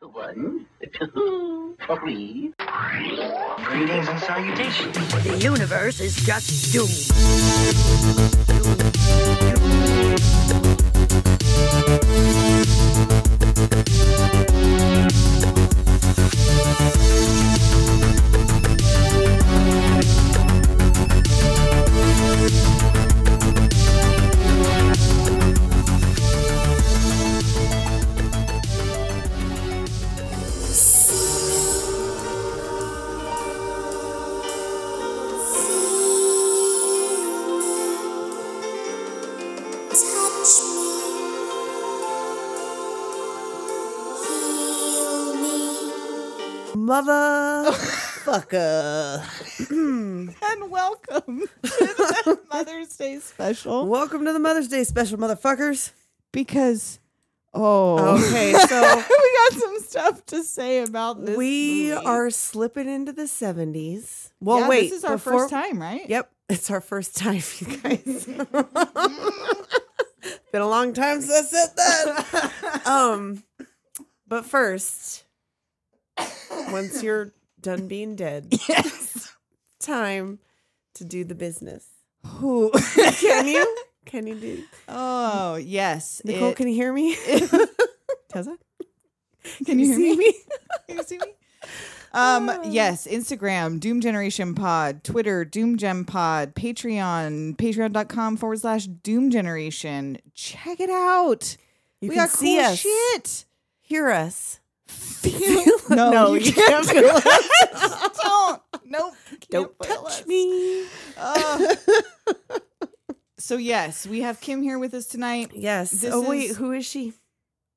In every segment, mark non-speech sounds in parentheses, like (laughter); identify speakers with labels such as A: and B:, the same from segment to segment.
A: One, two, three. Greetings and salutations.
B: The universe is just doomed.
C: Motherfucker.
D: and welcome (laughs) to the
C: (laughs)
D: Mother's Day special
C: Welcome to the Mother's Day special, motherfuckers.
D: because
C: (laughs)
D: oh,
C: Okay, so
D: we got some stuff to say about this.
C: we
D: movie.
C: are slipping into the 70s.
D: Yeah,
C: Well, wait.
D: This is our
C: before-
D: first time, right? (laughs)
C: Yep, it's our first time, you guys. (laughs) Been a long time since I said that. um, but first, once you're done being dead,
D: Yes.
C: time to do the business. (laughs)
D: Who?
C: Can
D: (laughs)
C: you? Can you do?
D: oh yes.
C: Nicole, (laughs)
D: it-
C: can you hear me?
D: Tessa? Can (laughs) you hear
C: see
D: me? Can you see me?
C: (laughs)
D: Um, yes, Instagram, Doom Generation Pod, Twitter, Doom Gem Pod, Patreon, patreon.com forward slash Doom Generation. Check it out.
C: You
D: we
C: can
D: got
C: see
D: cool
C: us.
D: (laughs) shit.
C: Hear us.
D: Feel- (laughs) no, you, can't. (laughs) Don't. Nope. Can't
C: Don't
D: feel
C: touch
D: us.
C: me.
D: Oh. (laughs) so, yes, we have Kim here with us tonight.
C: Yes.
D: This
C: oh wait,
D: is-
C: who is she?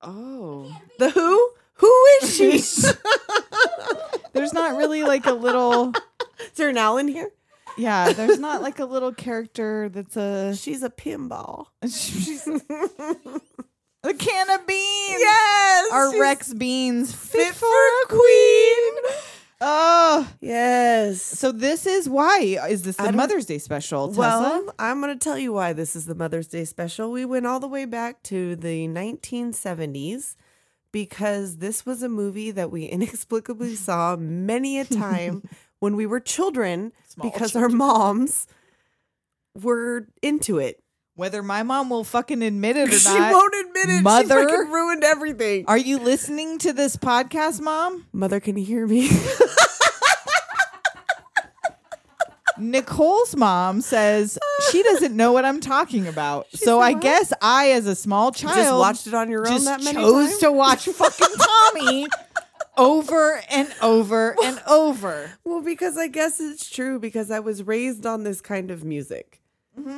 D: Oh.
C: The who? Who is
D: (laughs)
C: she? is
D: There's not really like a little.
C: there an Al in here?
D: Yeah, there's not like a little character that's a (laughs)
C: She's a pinball. (laughs)
D: she's a can of beans.
C: Yes.
D: Our
C: she's-
D: Rex beans fit for a queen. Oh,
C: Yes.
D: so this is why is this
C: I
D: the
C: don't-
D: Mother's Day special? Tessa?
C: Well, I'm going to tell you why this is the Mother's Day special. We went all the way back to the 1970s because this was a movie that we (laughs) inexplicably saw many a time when we were children
D: Small
C: because
D: children.
C: our moms were into it.
D: whether my mom will fucking admit it
C: (laughs)
D: or
C: she
D: not,
C: won't admit it.
D: Mother-
C: she fucking ruined everything.
D: are you listening to this podcast, Mom?
C: Mother, can you hear me? (laughs)
D: Nicole's mom says she doesn't know what I'm talking
C: (laughs)
D: about. so I guess I, as a small child,
C: Just watched it on your own
D: just
C: that many
D: chose
C: times.
D: to
C: (laughs)
D: watch fucking Tommy over and over and
C: (laughs)
D: over.
C: well, because I guess it's true because I was raised on this kind of music.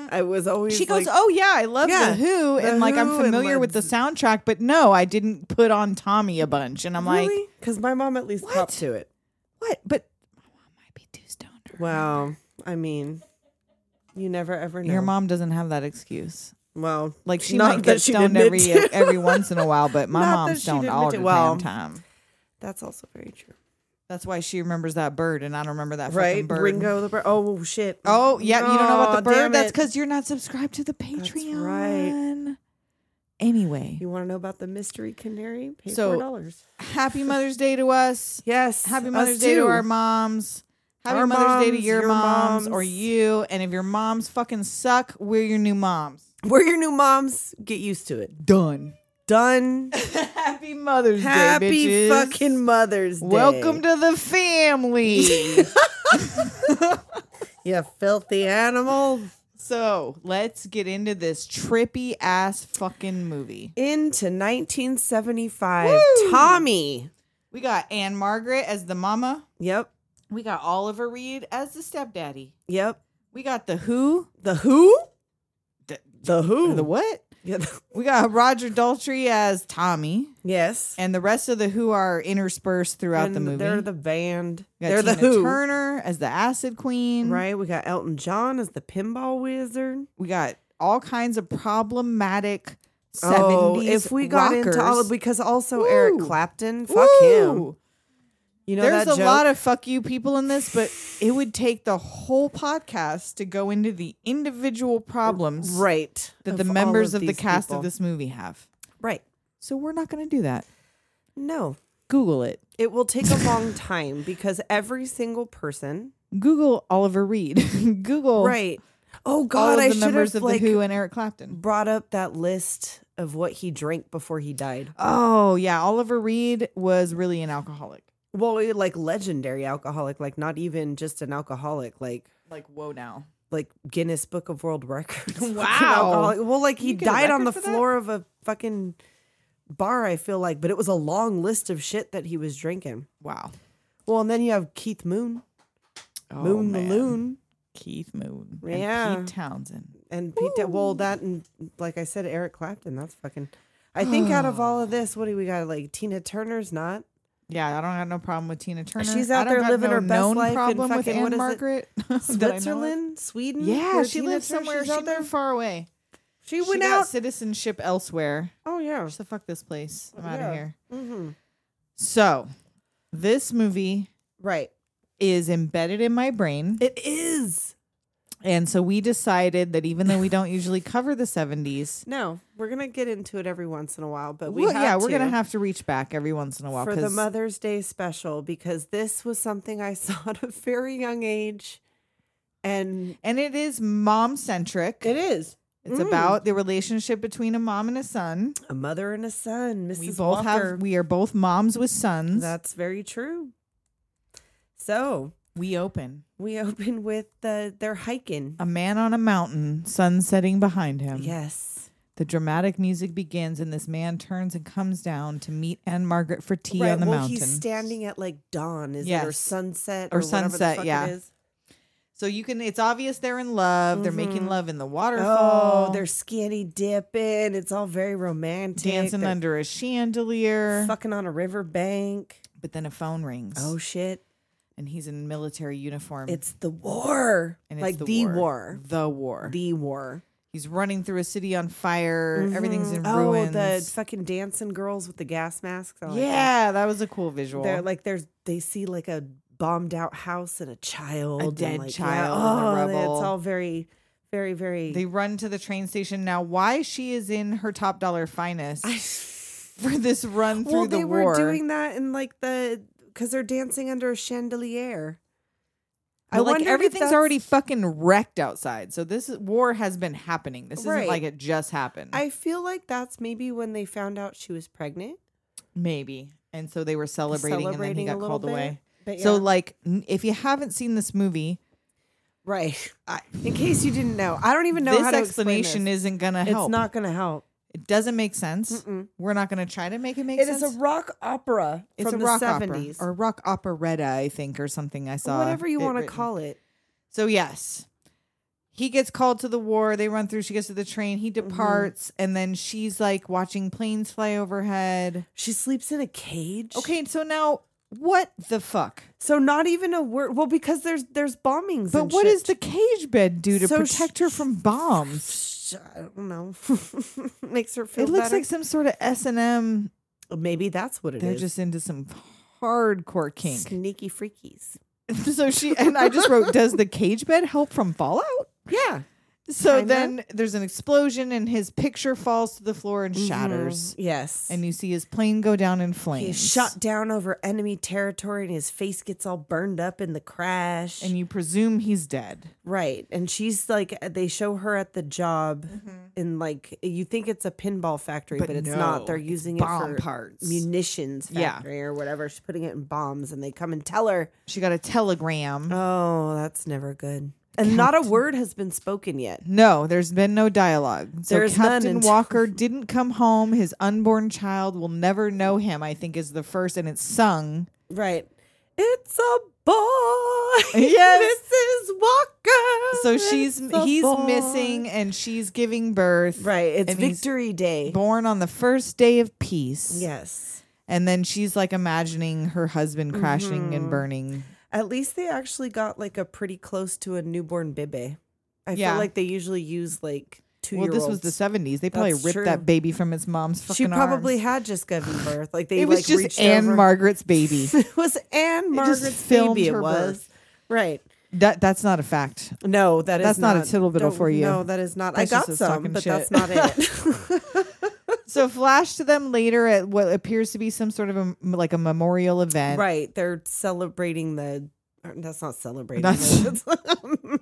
C: I was always
D: She goes,
C: like,
D: "Oh yeah, I love
C: Yeah,
D: the Who,
C: The
D: and like
C: Who
D: I'm
C: and
D: familiar with the
C: Led
D: soundtrack, but no, I didn't put on Tommy a bunch." And I'm like,
C: really? Because my mom at least
D: What?
C: popped to it.
D: "What?" But my mom might be too stoned. to remember.
C: Wow. I mean, you never ever know.
D: Your mom doesn't have that excuse.
C: Well,
D: Like she
C: not
D: might
C: that
D: get
C: she
D: stoned
C: admit
D: every e-,
C: to.
D: (laughs) every once in a
C: (laughs)
D: while, but my
C: Not that
D: mom's
C: she
D: stoned
C: didn't
D: all
C: admit
D: the
C: to- well,
D: damn time.
C: That's also very true.
D: That's why she remembers that bird, and I don't remember that fucking
C: Right?
D: bird.
C: Ringo the bird. Oh, shit.
D: Oh yeah, you don't know about the
C: No, damn
D: bird. That's
C: it.
D: because you're not subscribed to the Patreon.
C: right.
D: Anyway,
C: You want to know about the mystery canary? Pay
D: So-
C: four dollars.
D: happy Mother's Day to us.
C: Yes.
D: Happy
C: us
D: Mother's Day to
C: too.
D: our moms. Happy
C: Our
D: Mother's Day to
C: moms,
D: your,
C: your
D: moms,
C: moms.
D: or you. And if your moms fucking suck, we're your new moms.
C: We're your new moms. Get used to it.
D: Done.
C: Done.
D: Happy Mother's Day,
C: Happy
D: bitches.
C: fucking Mother's Day.
D: Welcome to
C: (laughs)
D: the family.
C: you filthy animal.
D: so let's get into this trippy ass fucking movie.
C: Into 1975.
D: Woo!
C: Tommy.
D: We got Anne Margaret as the mama.
C: Yep.
D: We got Oliver Reed as the stepdaddy.
C: Yep.
D: We got the Who.
C: The who?
D: The-
C: The who?
D: The what?
C: Yeah, the-
D: We got Roger Daltrey as Tommy.
C: (laughs) yes.
D: And the rest of the Who are interspersed throughout
C: And
D: the movie.
C: They're the band.
D: We got
C: They're the
D: Tina
C: who.
D: Turner as the Acid Queen.
C: Right? We got Elton John as the pinball wizard.
D: We got all kinds of problematic
C: Oh,
D: 70s
C: if we got
D: rockers.
C: into all of because also Eric
D: Woo!
C: Clapton. Fuck him.
D: Woo!
C: You know
D: There's
C: that
D: a
C: joke?
D: lot of fuck you people in this, but it would take the whole podcast to go into the individual problems
C: right
D: that the
C: all
D: members of, the
C: these
D: cast
C: people.
D: of this movie have.
C: right.
D: So we're not going to do that.
C: No,
D: Google it.
C: It will take a long
D: (laughs)
C: time because every single person,
D: Google Oliver Reed. (laughs) Google
C: right? Oh
D: all
C: God,
D: of
C: I
D: the
C: should
D: members
C: have
D: of
C: like
D: the Who and Eric Clapton.
C: brought up that list of what he drank before he died.
D: Oh yeah, Oliver Reed was really an alcoholic.
C: Well, we- like legendary alcoholic, like not even just an alcoholic, like
D: Like whoa now.
C: like Guinness Book of World Records. (laughs) fucking
D: Wow.
C: alcoholic. Well, like he
D: You get a
C: died on the
D: record for that?
C: floor of a fucking bar. I feel like, but it was a long list of shit that he was drinking.
D: Wow.
C: Well, and then you have Keith Moon,
D: Oh,
C: Moon
D: man.
C: Maloon,
D: Keith Moon.
C: Yeah.
D: And Pete Townsend.
C: and Pete. Da- well, that and like I said, Eric Clapton. That's fucking. I think out of
D: (sighs)
C: all of this, what do we got? Like Tina Turner's not.
D: Yeah, I don't have no problem with Tina Turner.
C: She's
D: I
C: out
D: don't
C: there
D: got
C: living
D: no
C: her best
D: known
C: life in
D: problem with
C: fucking- what
D: Anne
C: is it?
D: Margaret. (laughs) (laughs) that I know of.
C: Switzerland, Sweden.
D: Yeah,
C: where
D: she
C: Tina
D: lives
C: Turner-
D: somewhere.
C: She's
D: She's
C: out there.
D: far away.
C: She went
D: she
C: out.
D: Got citizenship elsewhere.
C: Oh yeah.
D: So fuck this place. I'm out
C: Oh, Yeah.
D: of here.
C: Mm-hmm.
D: So, this movie
C: Right.
D: is embedded in my brain.
C: It is.
D: And so we decided that even though
C: (laughs)
D: we don't usually cover the 70s,
C: No, we're gonna get into it every once in a while, but we
D: well,
C: have
D: yeah, we're
C: to
D: going to have to reach back every once in a while
C: for the
D: because
C: Mother's Day special because this was something I (laughs) saw at a very young age, and
D: and it is mom centric.
C: it is.
D: It's
C: Mm.
D: about the relationship between a mom and a son.
C: a mother and a son. Mrs.
D: we both
C: Walker.
D: have we are both moms with sons.
C: That's very true. So
D: we open.
C: we (laughs) open with the they're hiking.
D: A man on a mountain, sun setting behind him.
C: yes.
D: The dramatic music begins, and this man turns and comes down to meet Anne Margaret for tea on the
C: well,
D: mountain.
C: he's standing at like dawn, is it or
D: Yes.
C: sunset
D: Or
C: or, whatever the
D: sunset,
C: fuck it
D: yeah.
C: is.
D: so you can, it's obvious they're in love. They're making love in the waterfall.
C: Mm-hmm. Oh, they're skinny dipping. It's all very romantic.
D: dancing
C: They're
D: under a chandelier.
C: fucking on a riverbank.
D: But then a phone rings.
C: Oh shit!
D: and he's in military uniform.
C: It's the war,
D: Um, and it's
C: like the war.
D: The war.
C: the war.
D: he's running through a city on fire. Everything's in
C: oh,
D: ruins.
C: the fucking dancing girls with the gas masks. Oh, I like that.
D: yeah, that was a cool visual.
C: They're like there's they see like a bombed out house and a child, and,
D: dead
C: like, yeah,
D: child and a
C: oh,
D: rebel.
C: It's all very, very, very.
D: they run to the train station now. Why she is in her top dollar finest (laughs) for this run through
C: well,
D: the
C: they
D: war?
C: were doing that in like the because they're dancing under a chandelier.
D: I like
C: wondered if
D: everything's
C: that's-
D: already fucking wrecked outside. So this is- war has been happening. This
C: Right.
D: isn't like it just happened.
C: I feel like that's maybe when they found out she was pregnant.
D: Maybe. And so they were celebrating, and then he
C: Celebrating a
D: got
C: little
D: called
C: bit,
D: away.
C: but
D: So
C: yeah.
D: like n- if you haven't seen this movie,
C: Right.
D: I,
C: In case you didn't know, I don't even know how
D: this
C: to
D: explanation
C: explain this.
D: isn't gonna
C: it's
D: help.
C: not going to help.
D: It doesn't make sense. We're not gonna try to make it make
C: It is
D: sense.
C: a rock opera
D: it's
C: from
D: a rock
C: the
D: opera
C: 70s
D: or rock operetta, I think, or something. I saw
C: whatever you want to
D: written.
C: call it.
D: So yes, he gets called to the war. They run through. She gets to the train. He
C: Mm-hmm.
D: departs, and then she's like watching planes fly overhead.
C: She sleeps in a cage.
D: Okay, so now what the fuck?
C: So not even a word. Well, because there's there's bombings.
D: But
C: and
D: what
C: shit.
D: does the cage bed do to
C: So sh-
D: protect her from bombs?
C: (sighs) Sh- I don't know. (laughs) Makes her feel
D: It looks
C: better.
D: like some sort of S and M.
C: maybe that's what it is.
D: They're just into some hardcore kink.
C: sneaky freakies.
D: (laughs) so she and I just wrote, does the cage bed help from fallout?
C: Yeah.
D: So
C: Kinda.
D: then there's an explosion and his picture falls to the floor and
C: Mm-hmm.
D: shatters.
C: Yes.
D: And you see his plane go down in flames.
C: He's shot down over enemy territory and his face gets all burned up in the crash.
D: And you presume he's dead.
C: right. And she's like, uh, they show her at the job in like, you think it's a pinball factory,
D: But
C: Mm-hmm. but, it's
D: no,
C: not. They're
D: it's
C: using
D: bomb
C: it for
D: parts.
C: munitions
D: Yeah.
C: factory or whatever. She's putting it in bombs and they come and tell her,
D: She got a telegram.
C: oh, that's never good. And not a word has been spoken yet.
D: no, there's been no dialogue. So
C: There's none
D: Captain
C: until-
D: Walker didn't come home. His unborn child will never know him, I think is the first, and it's sung.
C: Right. It's a boy. (laughs)
D: Yes.
C: Mrs. Walker.
D: So she's
C: It's a
D: he's
C: boy.
D: missing and she's giving birth.
C: Right. It's
D: and he's
C: Victory Day.
D: Born on the first day of peace.
C: Yes.
D: And then she's like imagining her husband crashing
C: Mm-hmm.
D: and burning.
C: At least they actually got like a pretty close to a newborn bebe. I
D: Yeah.
C: feel like they usually use like two
D: Well,
C: year
D: this
C: olds.
D: was the 70s. They probably
C: That's
D: ripped
C: true.
D: that baby from its mom's fucking
C: She probably
D: arms.
C: had just given
D: (sighs)
C: birth. Like they
D: It was
C: like
D: just
C: reached (laughs)
D: Anne
C: over-
D: Margaret's baby.
C: it was Anne Margaret's
D: filmed
C: baby.
D: her
C: It was
D: birth.
C: right.
D: That that's not a fact.
C: No, that is
D: That's not a tittle bittle
C: don't-
D: for you.
C: No, that is not.
D: That's
C: I
D: just
C: got
D: us
C: some,
D: talking
C: but
D: (laughs) shit.
C: that's not it. (laughs)
D: So flash to them later at what appears to be some sort of a, like a memorial event.
C: Right. They're celebrating the. or That's not celebrating.
D: That's- (laughs)
C: the-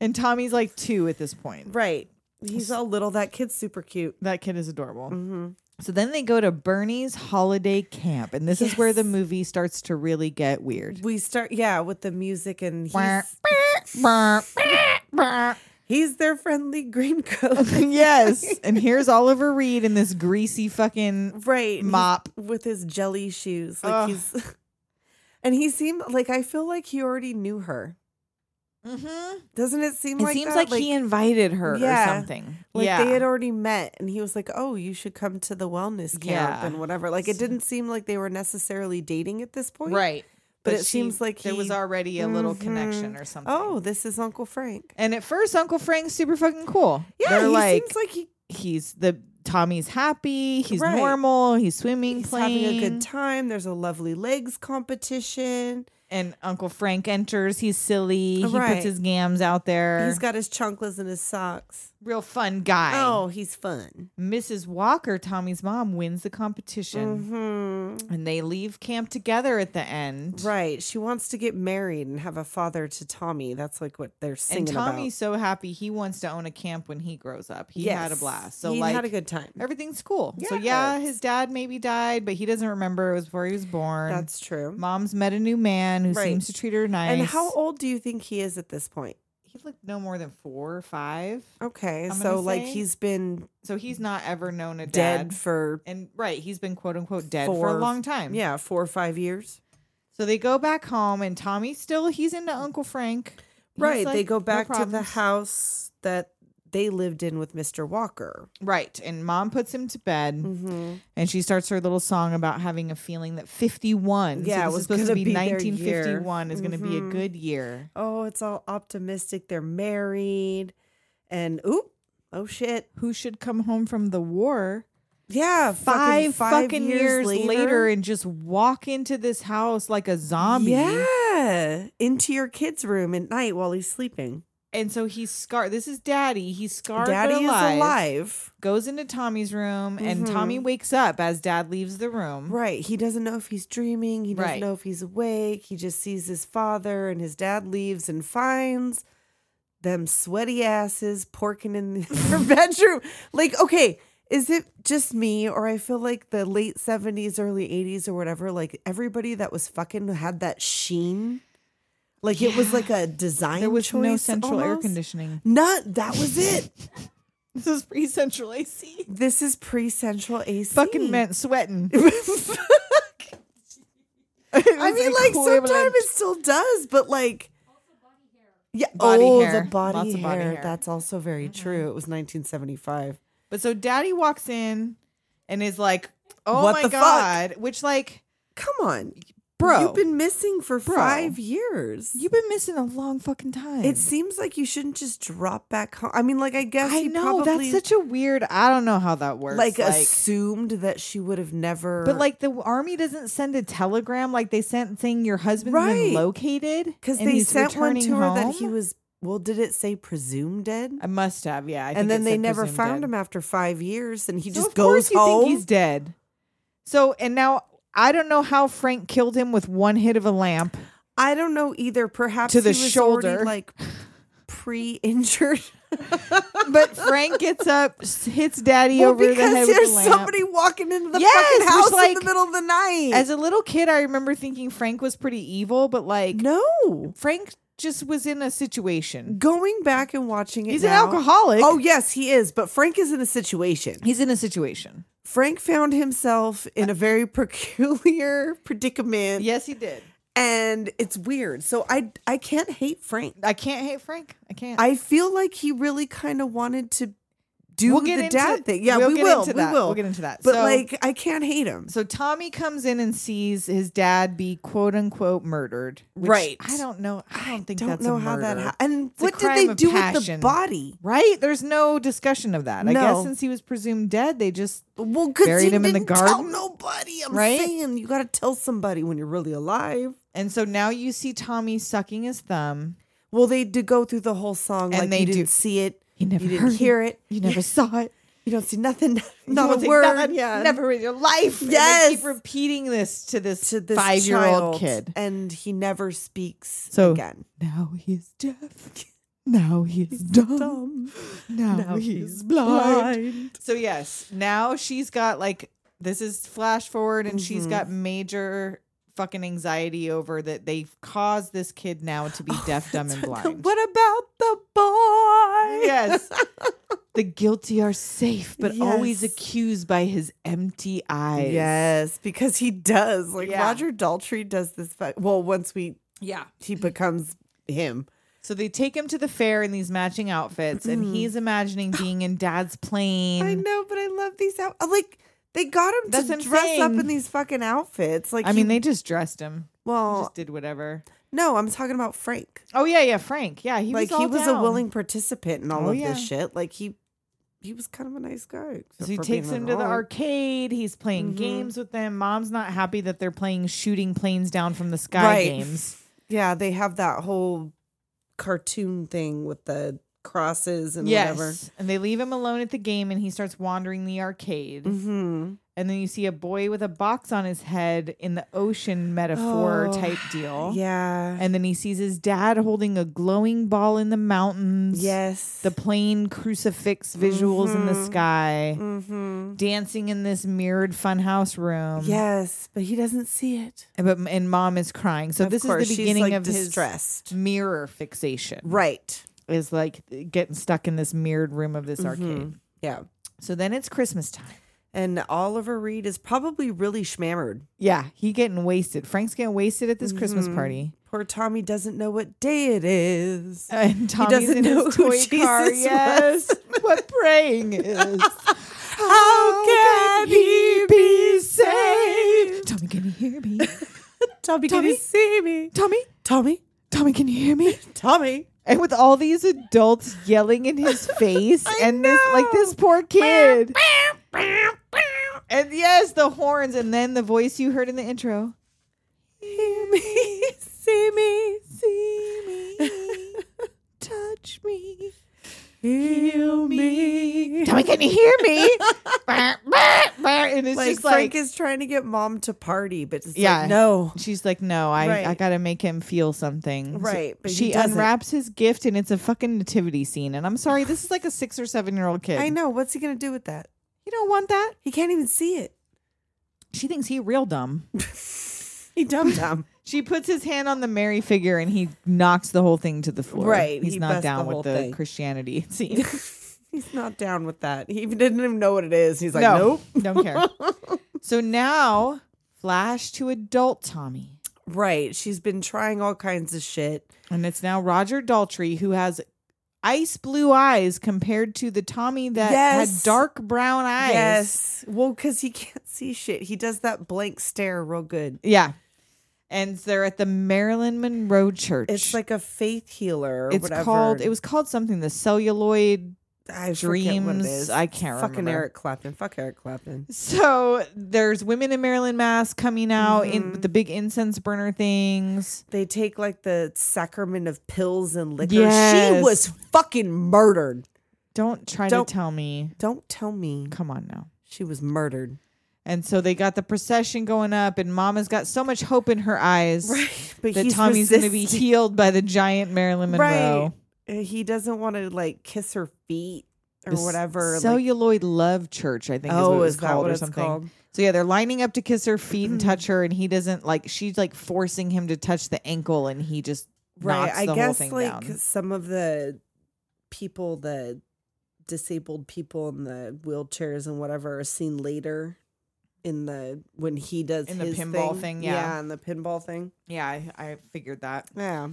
D: And Tommy's like two at this point.
C: (laughs) right. He's all little. That kid's super cute.
D: That kid is adorable.
C: hmm
D: So then they go to Bernie's holiday camp, and this is where the
C: Yes.
D: movie starts to really get
C: (laughs)
D: weird.
C: We start, yeah, with the music, and he's,
D: (laughs) yes.
C: he's their friendly green coat.
D: (laughs)
C: (laughs)
D: And here's Oliver Reed in this greasy fucking
C: right and he's
D: mop.
C: with his jelly shoes like
D: Ugh.
C: he's (laughs) and he seemed like i feel like he already knew her
D: Mm-hmm.
C: doesn't it seem
D: It
C: like
D: seems
C: that?
D: like, he invited her
C: Yeah.
D: or something.
C: like
D: yeah.
C: they had already met and he was like oh you should come to the wellness camp
D: Yeah.
C: and whatever like it didn't seem like they were necessarily dating at this point
D: right.
C: but, it seems like
D: there was
C: he-
D: already a little connection
C: Mhm.
D: or something.
C: oh this is uncle frank
D: And at first, Uncle Frank's super fucking cool.
C: yeah
D: They're
C: he
D: like,
C: seems like he,
D: he's the Tommy's happy. He's
C: Right.
D: normal. He's swimming,
C: he's
D: playing,
C: having a good time there's a lovely legs competition
D: and Uncle Frank enters. He's silly. He
C: Right.
D: puts his gams out there.
C: he's got his chunkless and his socks
D: real fun guy.
C: oh he's fun
D: Mrs. Walker, Tommy's mom, wins the competition,
C: hmm
D: and they leave camp together at the end.
C: Right. She wants to get married and have a father to Tommy. That's like what they're singing
D: And Tommy's
C: about.
D: so happy he wants to own a camp when he grows up. He had a
C: Yes.
D: blast. So
C: he
D: like
C: had a good time.
D: everything's cool. So yeah, his dad maybe died, but he doesn't remember. It was before he was born.
C: That's true.
D: Mom's met a new man who
C: Right.
D: seems to treat her nice.
C: And how old do you think he is at this point?
D: he looked no more than four or five.
C: Okay.
D: I'm
C: so
D: gonna
C: like
D: say
C: he's been
D: So he's not ever known a
C: Mm. dead
D: dad.
C: for
D: and right, he's been quote unquote dead for
C: Four-
D: a long time.
C: yeah, 4 or 5 years.
D: So they go back home, and Tommy's still he's into Uncle Frank. He's
C: right. they
D: like,
C: go
D: "No
C: back to the
D: problems."
C: house that they lived in with Mr. Walker.
D: Right, and Mom puts him to bed,
C: Mhm.
D: and she starts her little song about having a feeling that fifty-one. so
C: Yeah, it
D: this is
C: was
D: supposed to
C: gonna
D: be,
C: be their year.
D: nineteen fifty-one is going to be a
C: Mhm.
D: good year.
C: Oh, it's all optimistic. They're married. And oop. Oh shit.
D: Who should come home from the war
C: Yeah, fucking
D: five, fucking years, later. and just walk into this house like a zombie?
C: Yeah, into your kid's room at night while he's sleeping.
D: And so he's scarred. This is Daddy. He's scarred.
C: Daddy
D: but alive,
C: is alive.
D: Goes into Tommy's room, and
C: Mhm.
D: Tommy wakes up as Dad leaves the room.
C: Right. He doesn't know if he's dreaming. He doesn't
D: Mm-hmm. Right.
C: know if he's awake. He just sees his father and his dad leaves and finds them sweaty asses porking in (laughs)
D: (laughs)
C: their bedroom. Like, okay, is it just me or I feel like the late 70s, early 80s or whatever, like everybody that was fucking had that sheen? Like it was like a design
D: There was no
C: choice
D: central air
C: almost? (laughs)
D: conditioning.
C: Not that was it.
D: This is pre central AC.
C: This is pre Central AC.
D: Fucking
C: (laughs)
D: meant sweating.
C: I mean, like sometimes it still does, but like. Yeah.
D: Body
C: oh,
D: hair.
C: the body
D: Lots
C: hair.
D: of body hair. Mm-hmm.
C: That's also very true. It was 1975.
D: But so Daddy walks in and is like, "Oh
C: What
D: my
C: the fuck?
D: god!" Which like,
C: Come on,
D: bro,
C: You've been missing for
D: Bro.
C: five years.
D: you've been missing a long fucking time.
C: it seems like you shouldn't just drop back home. I mean, like I guess
D: I
C: he
D: know
C: probably
D: that's such a weird. I don't know how that works.
C: like, assumed that she would have never.
D: But like the army doesn't send a telegram like they sent saying your husband's
C: Right.
D: been located
C: because
D: and
C: they
D: he's
C: sent one
D: returning
C: to her that he
D: home?
C: was. Well, did it say presumed dead?
D: I must have, yeah. I think
C: and then
D: it
C: they
D: said
C: never
D: presumed
C: found
D: dead.
C: him after five years, and he
D: So
C: just
D: of course
C: goes
D: you
C: home.
D: Think he's dead. So and now I don't know how Frank killed him with one hit of a lamp.
C: I don't know either. Perhaps
D: To the
C: he was already,
D: shoulder.
C: like pre-injured.
D: (laughs) But Frank gets up, s- hits Daddy
C: well,
D: over the
C: because
D: head with
C: there's
D: a lamp.
C: somebody walking into the
D: Yes,
C: fucking
D: which,
C: house in
D: like,
C: the middle of the night.
D: As a little kid, I remember thinking Frank was pretty evil, but like
C: no,
D: Frank just was in a situation.
C: going back and watching it.
D: He's
C: now-
D: an alcoholic.
C: Oh yes, he is. But Frank is in a situation.
D: he's in a situation.
C: Frank found himself in a very (laughs) peculiar predicament,
D: Yes, he did.
C: and it's weird. So I I can't hate Frank.
D: I can't hate Frank. I can't.
C: I feel like he really kind of wanted to do
D: We'll get
C: the
D: into-
C: dad thing. Yeah,
D: we'll
C: we
D: get
C: will.
D: into
C: we
D: that.
C: will.
D: We'll get into that.
C: But
D: So-
C: like, I can't hate him.
D: So Tommy comes in and sees his dad be quote unquote murdered. which
C: Right.
D: I don't know. I don't think
C: don't
D: that's
C: know
D: a
C: how that
D: murder.
C: happened. And
D: It's a
C: what did
D: crime
C: they
D: of
C: do with the
D: passion.
C: body?
D: Right? There's no discussion of that. I guess
C: No.
D: since he was presumed dead, they just
C: Well, because
D: Buried
C: you
D: him in the
C: didn't tell
D: garden?
C: nobody. I'm
D: Right?
C: saying you got to tell somebody when you're really alive.
D: and so now you see Tommy sucking his thumb.
C: Well, they do go through the whole song
D: And
C: like
D: they
C: you
D: do.
C: didn't see it,
D: You never
C: you
D: heard
C: didn't
D: it. (laughs)
C: hear it.
D: You never saw it.
C: You don't see nothing, (laughs) not
D: don't
C: a
D: see
C: word.
D: nothing,
C: yeah.
D: Never in your life. And they
C: Yes.
D: keep repeating this to this,
C: to this
D: five year
C: child,
D: old kid.
C: and he never speaks
D: So- (gasps)
C: again.
D: Now he's deaf. Now he's, dumb.
C: Dumb.
D: oh, Now, he's, blind. So yes, now she's got like this is flash forward, and she's
C: Mhm.
D: got major fucking anxiety over that they've caused this kid now to be
C: (laughs)
D: deaf, dumb, and blind.
C: What about the boy?
D: Yes. (laughs) the guilty are safe, but always
C: Yes.
D: accused by his empty eyes.
C: Yes, because he does. Like
D: Yeah.
C: Roger Daltrey does this. fu- Well, once we,
D: Yeah.
C: he becomes him.
D: So they take him to the fair in these matching outfits, and he's imagining being in dad's plane.
C: Mm-hmm. I know, but I love these out. uh, Like they got him
D: That's what
C: to
D: I'm
C: dress up
D: saying.
C: in these fucking outfits. Like
D: I mean,
C: he- Oh.
D: they just dressed him.
C: well,
D: just did whatever.
C: no, I'm talking about Frank.
D: Oh yeah, yeah, Frank. Yeah, he
C: like
D: was all
C: he was a
D: down.
C: willing participant in all
D: Oh,
C: of
D: yeah.
C: this shit. Like he, he was kind of a nice guy.
D: So
C: except
D: he
C: for
D: takes
C: being
D: him to the
C: wrong.
D: arcade. He's playing
C: Mhm.
D: games with them. Mom's not happy that they're playing shooting planes down from the sky
C: Right.
D: games.
C: Yeah, they have that whole cartoon thing with the crosses (laughs) and whatever.
D: And they leave him alone at the game and he starts wandering the arcade.
C: Mm-hmm.
D: And then you see a boy with a box on his head in the ocean metaphor
C: Oh,
D: type deal.
C: Yeah.
D: And then he sees his dad holding a glowing ball in the mountains.
C: yes.
D: The plane crucifix visuals in the
C: Mhm.
D: sky.
C: mm-hmm.
D: Dancing in this mirrored funhouse room.
C: Yes, but he doesn't see it.
D: And- But and mom is crying. So
C: Of
D: this
C: course,
D: is the
C: she's,
D: beginning
C: like,
D: of
C: distressed.
D: his mirror fixation.
C: Right.
D: Is like getting stuck in this mirrored room of this arcade.
C: Yeah.
D: So then it's Christmas time.
C: And Oliver Reed is probably really schmammered.
D: Yeah, he getting wasted. Frank's getting wasted at this Christmas
C: Mm-hmm.
D: party.
C: Poor Tommy doesn't know what day it is.
D: And Tommy's
C: doesn't
D: in
C: know
D: his
C: who
D: toy
C: Jesus
D: car.
C: was.
D: Yes. (laughs) what praying (laughs) is. Oh,
C: How can he be saved?
D: Tommy, can you hear me?
C: Tommy, can
D: Tommy?
C: you see me?
D: Tommy?
C: Tommy?
D: Tommy, can you hear me?
C: Tommy?
D: And with all these adults yelling in (laughs) his face and this like this poor kid. and yes, the horns and then the voice you heard in the intro.
C: Hear me?
D: (laughs)
C: See me?
D: See me. (laughs) Touch me.
C: Heal me.
D: Tommy, can you hear me?
C: (laughs)
D: and it's
C: Like
D: just
C: Frank
D: like
C: is trying to get mom to party, but it's
D: Yeah.
C: like no.
D: she's like, no, I,
C: Right.
D: I gotta make him feel something. So
C: Right, but he
D: she
C: doesn't.
D: unwraps his gift and it's a fucking nativity scene. And I'm sorry, this
C: (sighs)
D: is like a six or seven year old kid.
C: I know. What's he gonna do with that?
D: You don't want that.
C: He can't even see it.
D: She thinks he real dumb.
C: He dumb dumb.
D: She puts his hand on the Mary figure and he knocks the whole thing to the floor.
C: Right,
D: He's
C: he
D: not
C: busts
D: down
C: the whole
D: with the
C: thing. (laughs)
D: Christianity scene.
C: He's not down with that. He even didn't even know what it is. He's like,
D: no,
C: nope. (laughs)
D: don't care. so now, flash to adult Tommy.
C: Right. She's been trying all kinds of shit.
D: And it's now Roger Daltrey who has ice blue eyes compared to the Tommy that
C: Yes.
D: had dark brown eyes.
C: Yes. Well, because he can't see shit. He does that blank stare real good.
D: Yeah. And they're at the Marilyn Monroe Church.
C: It's like a faith healer or
D: it's
C: whatever.
D: called it was called something the celluloid
C: I forget what it
D: Dreams.
C: is.
D: I can't
C: Fucking
D: remember.
C: Eric Clapton. Fuck Eric Clapton.
D: So there's women in Maryland masks coming out in
C: Mm-hmm.
D: with the big incense burner things.
C: They take like the sacrament of pills and liquor. She
D: Yes.
C: was fucking murdered.
D: Don't try
C: Don't-
D: to tell me.
C: Don't tell me
D: Come on now.
C: she was murdered.
D: And so they got the procession going up, and Mama's got so much hope in her eyes
C: But
D: that
C: he's
D: Tommy's going to be
C: resisting.
D: healed by the giant Marilyn Monroe.
C: Right. Uh, He doesn't want to like kiss her feet or
D: The
C: whatever. like-
D: Celluloid Love Church, I think. is
C: Oh,
D: what it was
C: is that
D: called
C: what
D: or
C: it's
D: something.
C: called? Mm.
D: So yeah, they're lining up to kiss her feet and touch her, and he doesn't like. She's like forcing him to touch the ankle, and he just knocks
C: I
D: the
C: guess
D: whole thing
C: like
D: down.
C: some of the people, the disabled people in the wheelchairs and whatever, are seen later in the when he does
D: In the
C: his
D: pinball
C: thing.
D: thing, yeah.
C: and the pinball thing,
D: Yeah, I, I figured that.
C: yeah.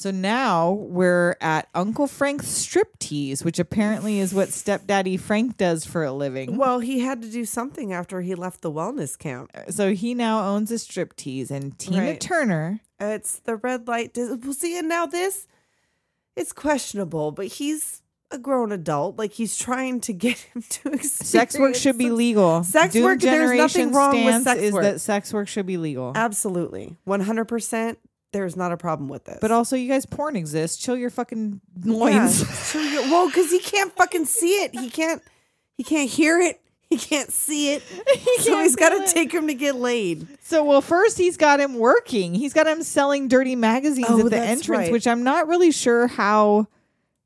D: So now we're at Uncle Frank's striptease, which apparently is what stepdaddy Frank does for a living.
C: Well, he had to do something after he left the wellness camp.
D: so he now owns a striptease, and Tina
C: Right.
D: Turner.
C: It's the red light. Dis- well, see, and now this, it's questionable, but he's a grown adult. Like he's trying to get (laughs) him to
D: Sex work should be
C: experience-
D: legal.
C: Sex work- there's nothing
D: Generation's
C: wrong with
D: stance
C: sex
D: is
C: work. Uh,
D: that sex work should be legal.
C: Absolutely, one hundred percent. There's not a problem with this,
D: But also, you guys, porn exists. Chill your fucking
C: Yeah. (laughs)
D: loins. (laughs)
C: So you- well, because he can't fucking see it. He can't. He can't hear it. He can't see
D: (laughs)
C: it. so he's got to take him to get laid.
D: So, well, first he's got him working. He's got him selling dirty magazines
C: Oh,
D: at the
C: that's
D: entrance,
C: right.
D: which I'm not really sure how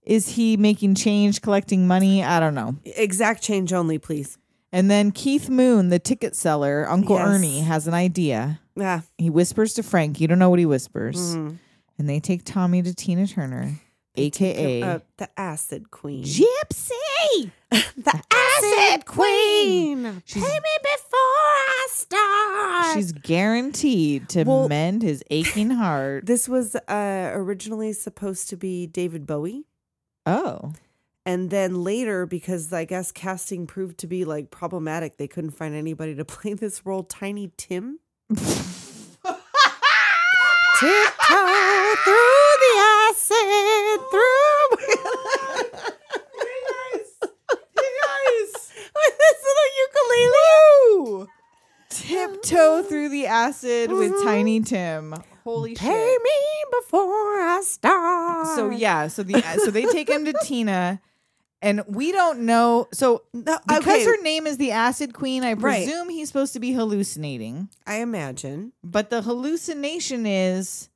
D: is he making change, collecting money. I don't know.
C: Exact change only, please.
D: And then Keith Moon, the ticket seller, Uncle
C: Yes.
D: Ernie, has an idea.
C: Yeah.
D: He whispers to Frank. You don't know what he
C: Mm.
D: whispers. And they take Tommy to Tina Turner, aka
C: Uh, the acid queen.
D: Gypsy.
C: the acid queen.
D: She's-
C: Pay me before I start.
D: She's guaranteed to
C: Well-
D: mend his aching (laughs) heart.
C: this was uh, originally supposed to be David Bowie.
D: Oh,
C: And then later, because I guess casting proved to be like problematic, they couldn't find anybody to (laughs) play this role. Tiny Tim. Tiptoe through the acid, (laughs) through. With this little ukulele.
D: tiptoe through the acid with Tiny Tim. Holy
C: Pay
D: shit!
C: me before I start.
D: So yeah, so the so they take him (laughs) to Tina, and we don't know. So
C: No,
D: because
C: okay.
D: her name is the Acid Queen, I
C: Right.
D: presume he's supposed to be hallucinating.
C: I imagine.
D: But the hallucination is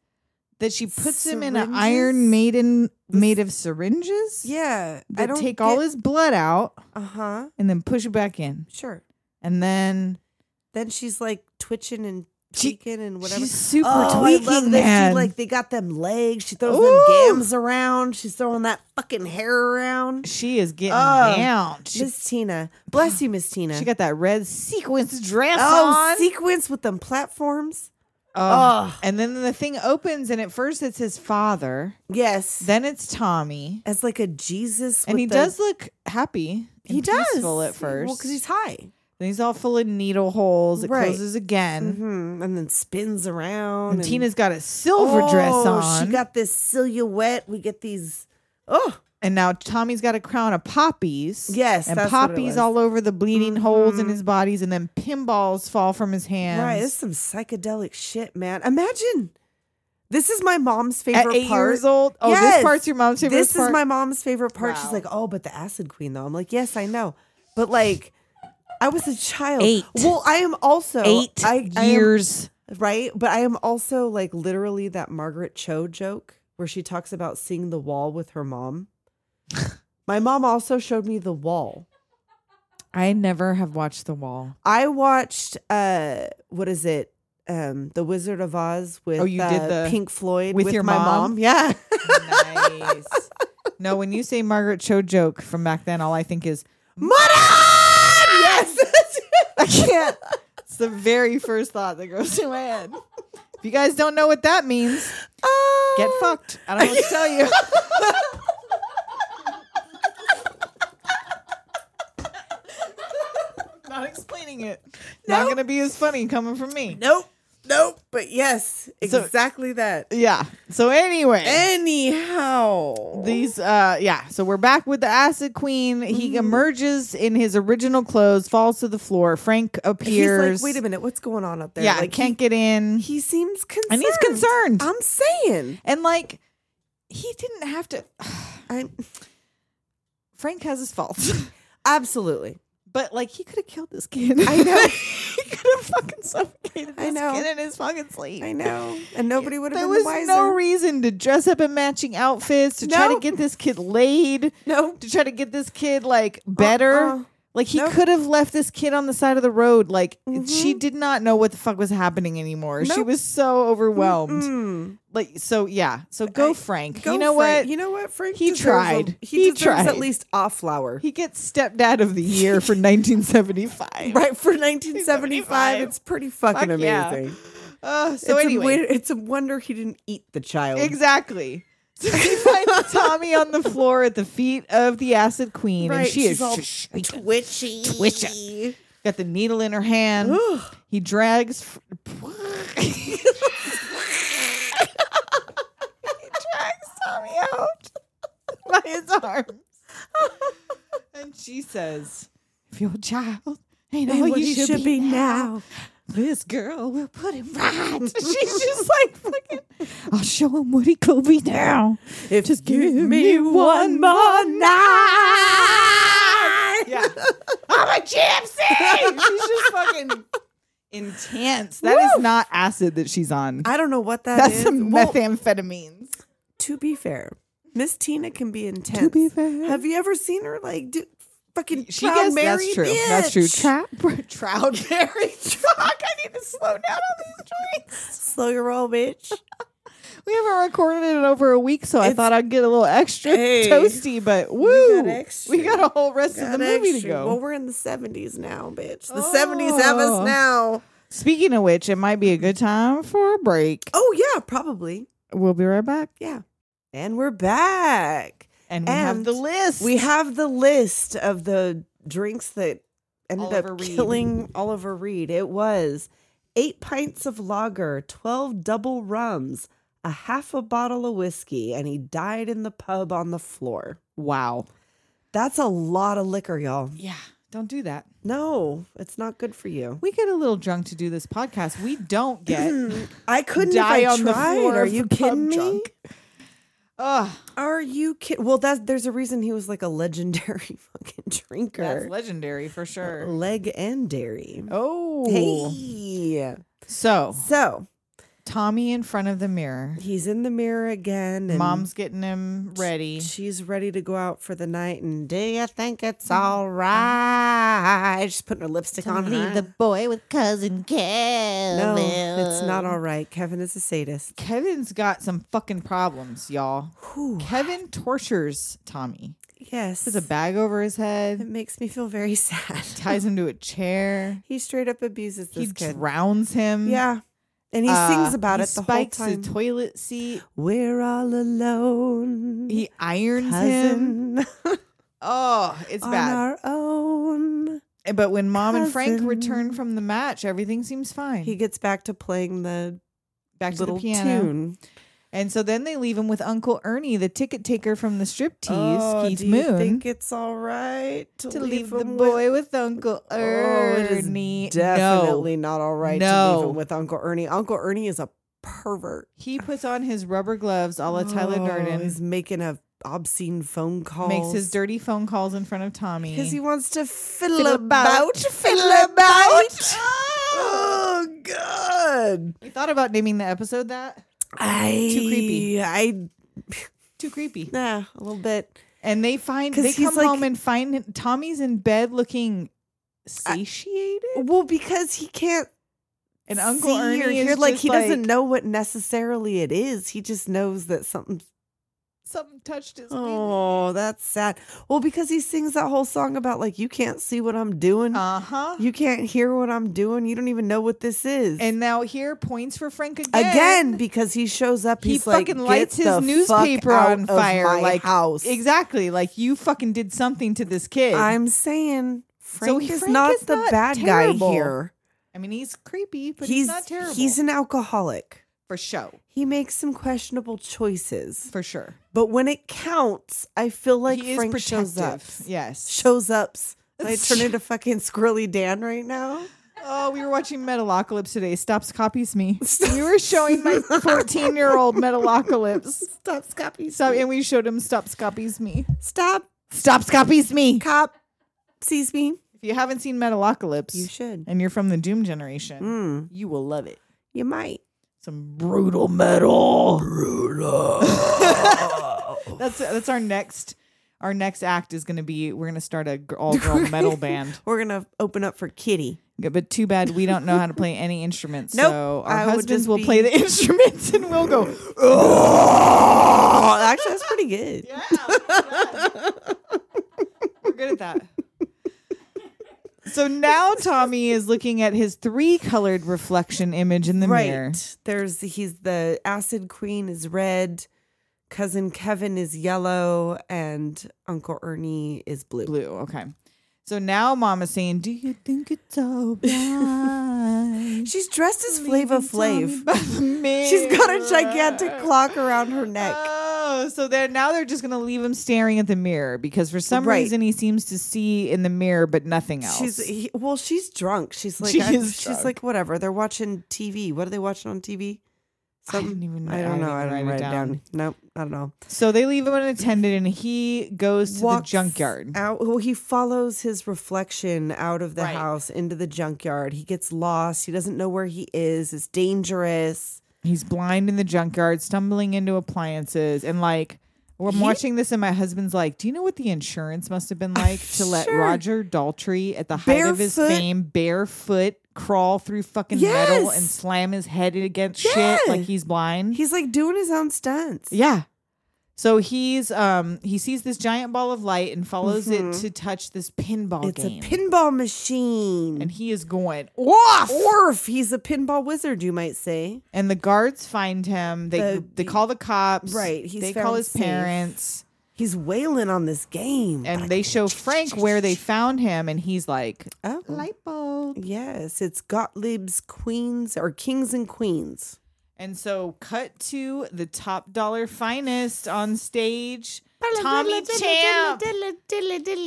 D: that she puts him in an
C: Syringes?
D: Iron Maiden made of syringes.
C: Yeah. I
D: that
C: don't
D: take all his blood out
C: Uh huh.
D: and then push it back in,
C: Sure.
D: and then
C: Then she's like twitching and
D: She-
C: tweaking and whatever.
D: she's super
C: oh,
D: tweaking.
C: I love that
D: man.
C: she like they got them legs. She throws
D: Ooh.
C: them gams around. She's throwing that fucking hair around.
D: She is getting
C: Oh,
D: down. She,
C: Miss Tina, bless you, Miss Tina.
D: she got that red sequence dress
C: oh
D: on.
C: sequence with them platforms.
D: Oh.
C: Ugh.
D: And then the thing opens, and at first it's his father,
C: Yes,
D: then it's Tommy,
C: as like a Jesus.
D: and
C: with
D: he
C: the-
D: does look happy. and
C: He does
D: peaceful at first.
C: Well, because he's high.
D: then he's all full of needle holes. It
C: Right.
D: closes again.
C: hmm And then spins around.
D: And Tina's got a silver dress on,
C: Oh, She got this silhouette. We get these. Oh,
D: and now Tommy's got a crown of poppies.
C: Yes,
D: and
C: that's what it
D: poppies
C: was. Mm-hmm.
D: all over the bleeding holes in his bodies, and then pinballs fall from his hands.
C: right. This is some psychedelic shit, man. Imagine. This is my mom's favorite
D: At eight
C: part.
D: years old, oh,
C: Yes.
D: this part's your mom's favorite.
C: This
D: part?
C: is my mom's favorite part. She's
D: Wow.
C: like, oh, but the acid queen, though. I'm like, yes, I know. But like, I was a child.
D: Eight.
C: Well, I am also
D: eight
C: I, I am-
D: years.
C: right? But I am also like literally that Margaret Cho joke where she talks about seeing the wall with her
D: (laughs)
C: mom. My mom also showed me the wall.
D: I never have watched The Wall.
C: I watched uh what is it? Um The Wizard of Oz with
D: Oh, you did
C: uh,
D: the-
C: Pink Floyd
D: with
C: with,
D: your
C: my
D: mom?
C: mom.
D: (laughs)
C: Yeah.
D: nice. (laughs) No, when you say Margaret Cho joke from back then, all I think is
C: Mudon! Yes. (laughs)
D: I can't. It's the very first thought that goes to my head. If you guys don't know what that means, (laughs) get
C: Ah.
D: fucked. I don't know what to tell
C: (laughs)
D: you. Not explaining it. Not gonna be as funny coming from me.
C: nope. Nope, but yes,
D: So-
C: exactly that.
D: Yeah. So anyway.
C: Eh. Anyhow,
D: These, uh, yeah. So we're back with the acid queen.
C: Mm-hmm.
D: He emerges in his original clothes, falls to the floor. Frank
C: he's
D: appears.
C: like, wait a minute, what's going on up there?
D: Yeah,
C: like,
D: can't get in.
C: He seems concerned.
D: And he's concerned.
C: I'm saying.
D: and like, he didn't have to. (sighs)
C: I'm
D: Frank has his faults,
C: absolutely.
D: but like, he could have killed this kid.
C: I know.
D: (laughs) he could have fucking suffocated
C: I
D: this
C: know.
D: kid in his fucking sleep.
C: I know. And nobody would have
D: There
C: been
D: was
C: the wiser.
D: no reason to dress up in matching outfits to try to
C: Nope.
D: get this kid laid.
C: no.
D: to try to get this kid like better.
C: Uh-uh.
D: Like he
C: Nope.
D: could have left this kid on the side of the road. Like she
C: Mhm.
D: did not know what the fuck was happening anymore. She
C: Nope.
D: was so overwhelmed.
C: Mm.
D: Like so, yeah. So go,
C: I-
D: Frank.
C: Go,
D: you know
C: Frank.
D: what?
C: You know what, Frank?
D: He
C: deserves a-
D: tried.
C: he,
D: He
C: deserves
D: tried.
C: at least a flower.
D: he gets stepdad of the
C: (laughs)
D: year for 1975.
C: right for 1975. It's pretty fucking
D: Fuck yeah.
C: amazing.
D: Uh, so
C: it's
D: anyway,
C: a, weird- it's a wonder he didn't eat the child.
D: exactly. (laughs) So he finds Tommy on the floor at the feet of the acid queen,
C: Right.
D: and she
C: She's
D: is
C: all
D: sh-
C: twitchy.
D: Twitchy. got the needle in her hand.
C: (gasps)
D: He drags. Fr- (laughs) he drags Tommy out (laughs) by his arms, and she says, "If your child
C: And
D: ain't all oh, you,
C: what he
D: should, be, now,
C: now.
D: this girl will put him
C: (laughs)
D: right." She's just like fucking. I'll show him what he could be now.
C: If
D: Just give me one more
C: night.
D: Yeah. I'm a gypsy. She's just fucking (laughs) intense. That is not acid that she's on.
C: I don't know what that
D: That's
C: is.
D: some
C: Well,
D: methamphetamines.
C: to be fair, Miss Tina can be intense.
D: fair.
C: Have you ever seen her like do fucking
D: she
C: Proud
D: gets
C: Mary?
D: that's true.
C: Bitch?
D: That's true.
C: (laughs)
D: (laughs) Trout, trout, berry, chalk. I need to slow down on these drinks.
C: Slow your roll, (laughs) bitch.
D: We haven't recorded it in over a week, so I
C: It's-
D: thought I'd get a little extra
C: Hey.
D: toasty. But woo, we got,
C: extra.
D: a whole rest of the
C: Got
D: movie to
C: extra.
D: go.
C: Well, we're in the seventies now, bitch. The seventies have
D: Oh.
C: us now.
D: Speaking of which, it might be a good time for a break.
C: Oh yeah, probably.
D: We'll be right back,
C: Yeah. And we're back.
D: and we have
C: And
D: the list.
C: We have the list of the drinks that ended
D: Oliver
C: up
D: Reed.
C: killing Oliver Reed. It was eight pints of lager, 12 double rums, a half a bottle of whiskey, and he died in the pub on the floor.
D: wow.
C: That's a lot of liquor, y'all.
D: Yeah, don't do that.
C: No, it's not good for you.
D: We get a little drunk to do this podcast. We don't get
C: I (clears throat) couldn't
D: die
C: if I
D: on the
C: tried.
D: floor.
C: Are
D: of
C: you
D: the pub
C: kidding me?
D: drunk. Ugh.
C: Are you kidding? Well, that's there's a reason he was like a legendary (laughs) fucking drinker.
D: That's legendary for sure.
C: Leg and dairy.
D: Oh.
C: Hey.
D: So,
C: So
D: Tommy in front of the mirror.
C: he's in the mirror again. And
D: Mom's getting him ready.
C: She's ready to go out for the night. And do you think it's
D: Mm-hmm.
C: all right? She's putting her lipstick on. Leave the boy with cousin Kevin. No, it's not all right. Kevin is a sadist.
D: Kevin's got some fucking problems, y'all.
C: Whew.
D: Kevin tortures Tommy.
C: Yes.
D: Puts a bag over his
C: it
D: head,
C: makes me feel very (laughs) sad.
D: ties him to
C: (laughs)
D: a chair.
C: He straight up abuses
D: He
C: this kid.
D: drowns him.
C: Yeah. And he
D: Mm. Uh,
C: sings about
D: he
C: it the whole
D: spikes
C: time.
D: the toilet seat.
C: We're all alone.
D: He irons him.
C: cousin,
D: Oh, it's
C: on
D: bad.
C: our own.
D: But when mom and Frank
C: Cousin.
D: return from the match, everything seems fine.
C: He
D: He
C: gets back to playing the
D: back to the
C: little
D: piano.
C: tune.
D: And so then they leave him with Uncle Ernie, the ticket taker from the striptease, Keith
C: Oh, do you
D: Moon,
C: think it's all right to,
D: to leave the
C: him
D: boy
C: With-
D: with, Uncle
C: Oh, it is
D: Ernie.
C: definitely
D: No.
C: not all right to
D: No.
C: leave him with Uncle Ernie. Uncle Ernie is a pervert.
D: He puts on his rubber gloves a la Tyler
C: Oh,
D: Durden,
C: He's making a obscene phone call.
D: makes his dirty phone calls in front of Tommy.
C: because he wants to fiddle,
D: Fiddle
C: about,
D: about,
C: fiddle
D: fiddle
C: about.
D: about.
C: Oh God,
D: We thought about naming the episode that.
C: I
D: Too creepy.
C: I
D: Too creepy.
C: nah, a little bit.
D: And they find
C: 'Cause
D: they
C: he's
D: come
C: like-
D: home and find Tommy's in bed looking satiated,
C: Well, because he can't
D: and Uncle
C: see
D: Ernie
C: or
D: is
C: hear, like
D: just
C: he doesn't know what necessarily it is. He just knows that something.
D: something touched his.
C: Oh, that's sad. Well, because he sings that whole song about like you can't see what I'm doing,
D: Uh huh.
C: you can't hear what I'm doing, you don't even know what this is.
D: And now here points for Frank again.
C: again, because he shows up,
D: he
C: he's like,
D: fucking
C: "Get
D: lights his
C: the
D: newspaper
C: fuck
D: on
C: out
D: fire.
C: of my
D: like
C: house.
D: Exactly. Like you fucking did something to this kid.
C: I'm saying Frank,
D: he-
C: is
D: Frank
C: not
D: is
C: the
D: not
C: bad
D: terrible,
C: guy here.
D: I mean, he's creepy, but he's,
C: he's
D: not terrible.
C: he's an alcoholic.
D: for show,
C: He makes some questionable choices.
D: for sure.
C: But when it counts, I feel like
D: he
C: Frank
D: is
C: shows up.
D: protective. Yes.
C: Shows ups. I
D: (laughs)
C: turn into fucking Squirrely Dan right now.
D: Oh, we were watching Metalocalypse today. Stops
C: (laughs)
D: copies me. We were showing my 14 year old Metalocalypse.
C: Stop copies.
D: Stop, and we showed him Stops copies me.
C: Stop
D: Stops copies me.
C: cop sees me.
D: If you haven't seen Metalocalypse
C: You should.
D: and you're from the Doom generation,
C: Mm,
D: you will love it.
C: you might.
D: Some brutal metal. Brutal. (laughs) that's that's our next our next act is going to be we're going to start a
C: (laughs)
D: all girl metal band.
C: We're gonna open up for
D: (laughs)
C: Kitty.
D: Yeah, But too bad we don't know how to play any instruments.
C: Nope.
D: So our
C: I would
D: husbands
C: just
D: will
C: be-
D: play the (laughs) instruments and we'll go.
C: Oh, actually, that's pretty good.
D: Yeah, we're good at that. (laughs) So now Tommy is looking at his three colored reflection image in the mirror.
C: Right. There's he's the acid queen is red, cousin Kevin is yellow, and Uncle Ernie is blue.
D: Blue. Okay. So now Mama's saying, Do you think
C: (laughs)
D: it's alright?
C: She's dressed as Flava Flav. (laughs) She's
D: She's
C: got a gigantic clock around her neck.
D: Oh, so they're now they're just gonna leave him staring at the mirror because for some
C: Right.
D: reason he seems to see in the mirror but nothing else.
C: She's he, well, she's drunk. She's like
D: She
C: I-
D: is
C: she's
D: drunk.
C: like whatever. They're watching TV. What are they watching on TV?
D: I didn't even.
C: I don't know. I
D: didn't
C: didn't
D: write it down.
C: Nope. I don't know.
D: So they leave him unattended, and he goes to
C: Walks
D: the junkyard.
C: Out. Well, he follows his reflection out of the
D: Right.
C: house into the junkyard. He gets lost. He doesn't know where he is. It's dangerous.
D: He's blind in the junkyard, stumbling into appliances, and like. I'm
C: He-
D: watching this, and my husband's like, "Do you know what the insurance must have been like to let
C: Sure.
D: Roger Daltrey, at the height of his
C: Barefoot.
D: fame, barefoot crawl through fucking metal and
C: Yes.
D: slam his head against
C: Yeah.
D: shit like he's blind?
C: He's like doing his own stunts.
D: Yeah. So he's um he sees this giant ball of light and follows it to touch this pinball
C: Mm-hmm. It's
D: game.
C: a pinball machine.
D: and he is going off.
C: Orf, he's a pinball wizard, you might say.
D: And the guards find him. They
C: The-
D: they call the cops.
C: Right, he's
D: they call
C: found
D: his
C: safe.
D: parents.
C: He's wailing on this game.
D: And they show Frank where they found him and he's like
C: Oh.
D: light bulb.
C: Yes, it's Gottlieb's Queens or Kings and Queens.
D: And so cut to the top dollar finest on stage. Tommy Champ.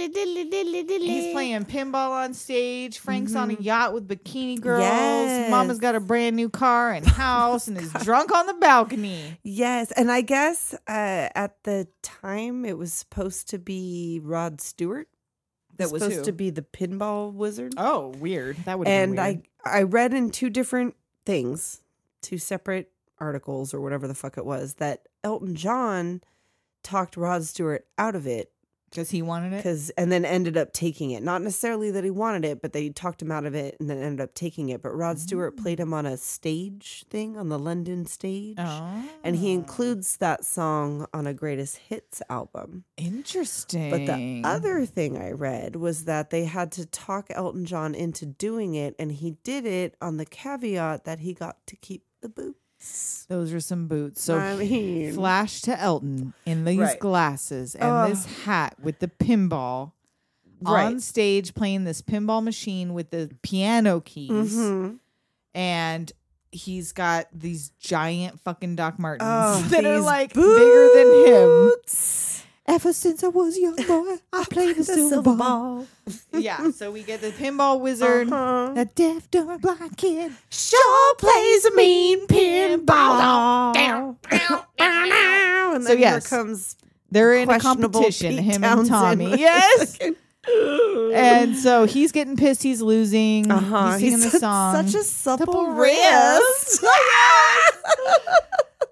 D: He's playing pinball on stage. Frank's on a yacht with bikini girls.
C: Mm-hmm. Yes.
D: Mama's got a brand new car
C: (laughs)
D: and house and is drunk on the balcony.
C: Yes, and I guess uh, at the time it was supposed to be Rod Stewart.
D: That was
C: supposed
D: who?
C: to be the pinball wizard.
D: Oh, weird. That would
C: and I I read in two different things, two separate articles or whatever the fuck it was that Elton John talked Rod Stewart out of it
D: because he wanted it.
C: because and then ended up taking it. Not necessarily that he wanted it, but they talked him out of it and then ended up taking it. But Rod Stewart played him on a stage thing on the London stage.
D: Oh,
C: And he includes that song on a greatest hits album.
D: interesting.
C: But the other thing I read was that they had to talk Elton John into doing it, and he did it on the caveat that he got to keep the boots.
D: those were some boots. So
C: I mean-
D: flash to Elton in these
C: Right.
D: glasses and
C: Ugh.
D: this hat with the pinball on
C: Right.
D: stage playing this pinball machine with the piano keys. (laughs)
C: Mhm.
D: and he's got these giant fucking Doc Martens (laughs)
C: Oh,
D: that are
C: these
D: like bigger than him.
C: boots.
D: Ever since I
C: (laughs)
D: was a young boy, I played the, silver, ball. (laughs) Yeah, so we get the pinball wizard,
C: Uh-huh.
D: the deaf, dumb, and blind kid.
C: Sure plays a mean pinball. Down,
D: (laughs)
C: down, down, down. And
D: So
C: then
D: yes.
C: here comes
D: They're in a
C: questionable
D: competition,
C: Pete
D: him
C: Townsend. (laughs)
D: and Tommy. Yes. And so he's getting pissed. He's losing.
C: uh-huh.
D: He's singing the
C: such-
D: song.
C: Such a supple,
D: Supple (laughs)
C: wrist. (laughs)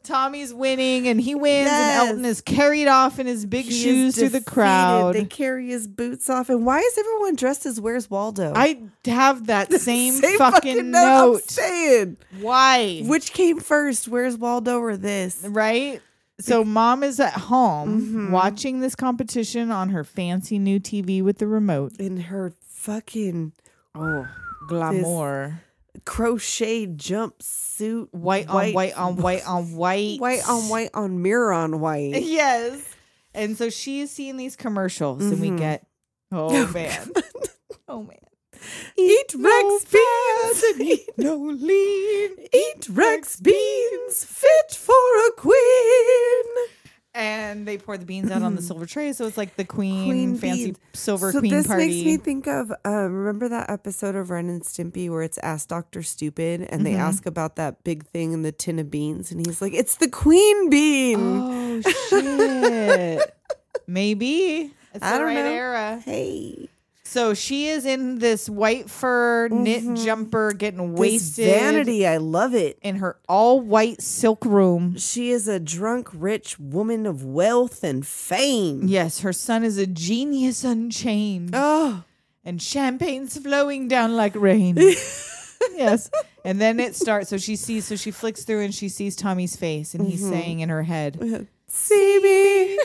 D: Tommy's winning, and he wins.
C: Yes.
D: And Elton is carried off in his big
C: He is
D: shoes through the
C: defeated.
D: crowd.
C: They carry his boots off. And why is everyone dressed as Where's Waldo? (laughs)
D: I have that same,
C: Same
D: fucking,
C: I'm
D: note.
C: saying.
D: Why?
C: Which came first, Where's Waldo or this?
D: right? So mom is at home
C: Mm-hmm.
D: watching this competition on her fancy new TV with the remote.
C: In her fucking
D: Oh, glamour.
C: crocheted jumpsuit.
D: White on white on white on
C: (laughs)
D: white.
C: White on white on mirror on
D: (laughs)
C: white.
D: Yes. And so she is seeing these commercials and
C: Mm-hmm.
D: we get Oh man. (laughs) oh man.
C: Eat Rex beans. (laughs)
D: No lean.
C: Eat Rex beans. Fit for a queen.
D: And they pour the beans out on the silver tray. So it's like the queen,
C: Mm-hmm. Queen
D: fancy
C: beans.
D: silver
C: so
D: queen
C: this
D: party.
C: makes me think of um, remember that episode of Ren and Stimpy where it's asked Doctor Stupid and
D: Mm-hmm.
C: they ask about that big thing in the tin of beans and he's like, "It's the queen bean."
D: Oh
C: (laughs)
D: shit. Maybe. It's
C: I
D: the
C: don't
D: right
C: know.
D: era.
C: Hey,
D: So she is in this white fur knit jumper getting
C: waste
D: wasted
C: Mm-hmm. vanity, I love it.
D: in her all white silk room.
C: She is a drunk, rich woman of wealth and fame.
D: Yes, her son is a genius unchained.
C: Oh,
D: And champagne's flowing down like rain. yes. And then it starts. So she sees, so she flicks through and she sees Tommy's face and
C: Mm-hmm.
D: he's saying in her head,
C: (laughs) see me,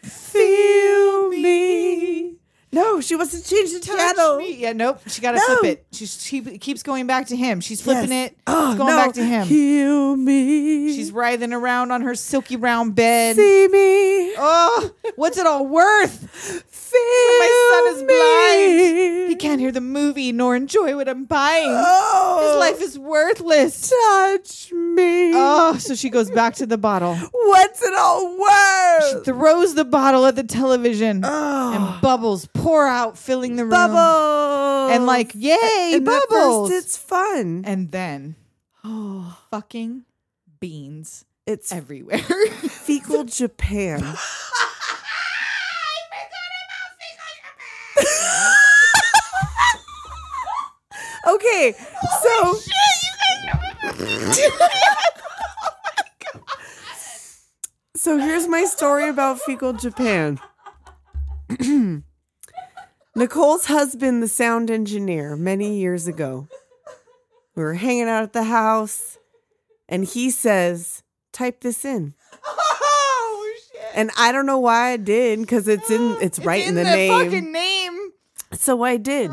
C: feel me. No, she wants to change the
D: "Touch
C: channel.
D: me." Yeah, nope. She got to
C: No.
D: flip it. She, she keeps going back to him. She's flipping
C: Yes.
D: it.
C: Oh,
D: it's
C: no.
D: going back to him.
C: Heal me.
D: She's writhing around on her silky round bed.
C: see me.
D: Oh, what's it all worth?
C: Feel
D: My son is
C: me.
D: blind. He can't hear the movie nor enjoy what I'm buying. His
C: Oh,
D: life is worthless.
C: touch me.
D: Oh, so she goes back to the bottle,
C: What's it all worth?
D: throws the bottle at the television,
C: Uh. oh,
D: and bubbles pour out, filling the room.
C: bubbles.
D: And like, yay,
C: and at
D: bubbles.
C: first it's fun.
D: and then
C: oh,
D: fucking beans
C: It's
D: everywhere. (laughs)
C: fecal Japan. Okay, so so here's my story about fecal Japan. (clears throat) Nicole's husband, the sound engineer, many years ago, we were hanging out at the house, and he says, "Type this in."
D: oh shit!
C: And I don't know why I did because it's (gasps) in it's right in, the, Oh. name.
D: fucking name.
C: So I did.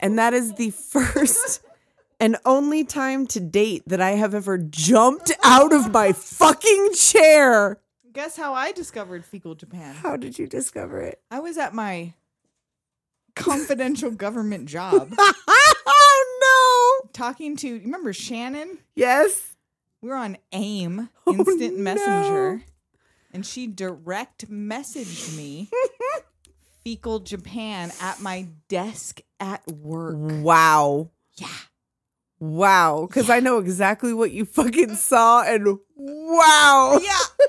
C: And that is the first (laughs) and only time to date that I have ever jumped out of (laughs) my fucking chair.
D: Guess how I discovered fecal Japan?
C: How did you discover it?
D: I was at my confidential
C: (laughs)
D: government job
C: (laughs) oh no.
D: talking to. you Remember Shannon?
C: Yes.
D: We were on AIM,
C: Oh,
D: Instant
C: no.
D: Messenger, and she direct
C: (laughs)
D: messaged me fecal Japan at my desk at work.
C: Wow.
D: Yeah.
C: Wow. Because I know exactly what you fucking saw and wow.
D: Yeah.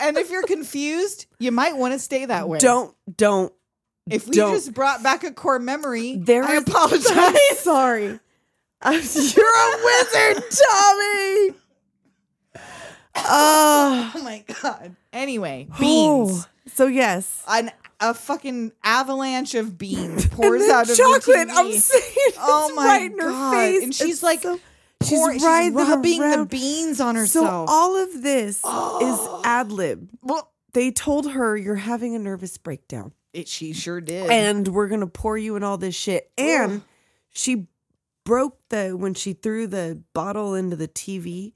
D: and if you're confused, you might want to stay that way.
C: Don't don't
D: If we
C: don't.
D: just brought back a core memory,
C: There
D: I
C: is-
D: apologize. (laughs)
C: I'm (laughs) sorry. (laughs) I'm- you're a wizard, (gasps) Tommy. Ah,
D: Oh my god. Anyway,
C: Oh,
D: beans.
C: so yes,
D: An a fucking avalanche of beans
C: (laughs)
D: pours
C: And then
D: out of
C: chocolate.
D: The TV.
C: I'm saying, (laughs) it's
D: Oh my
C: right in her
D: God.
C: face,
D: And she's
C: It's
D: like
C: so-
D: Pour-
C: she's writhing
D: rubbing the
C: around.
D: beans on
C: So
D: herself.
C: all of this is ad lib.
D: well,
C: They told her you're having a nervous breakdown,
D: it, she sure did.
C: and we're gonna pour you in all this shit. And she broke the when she threw the bottle into the TV.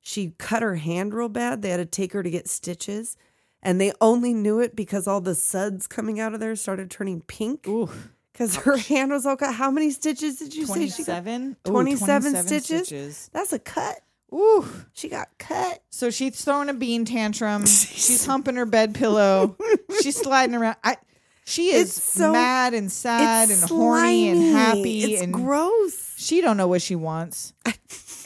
C: She cut her hand real bad. They had to take her to get stitches. And they only knew it because all the suds coming out of there started turning pink
D: Ooh,
C: because her (laughs) hand was all cut. How many stitches did you say she got?
D: 27? Ooh,
C: 27 stitches? That's a cut.
D: Ooh.
C: She got cut.
D: So she's throwing a
C: (laughs)
D: bean tantrum. she's humping her bed pillow. she's sliding around. I she is
C: It's so-
D: mad and sad and
C: it's
D: horny and
C: slimy.
D: happy
C: It's
D: and
C: gross.
D: she don't know what she
C: (laughs)
D: wants.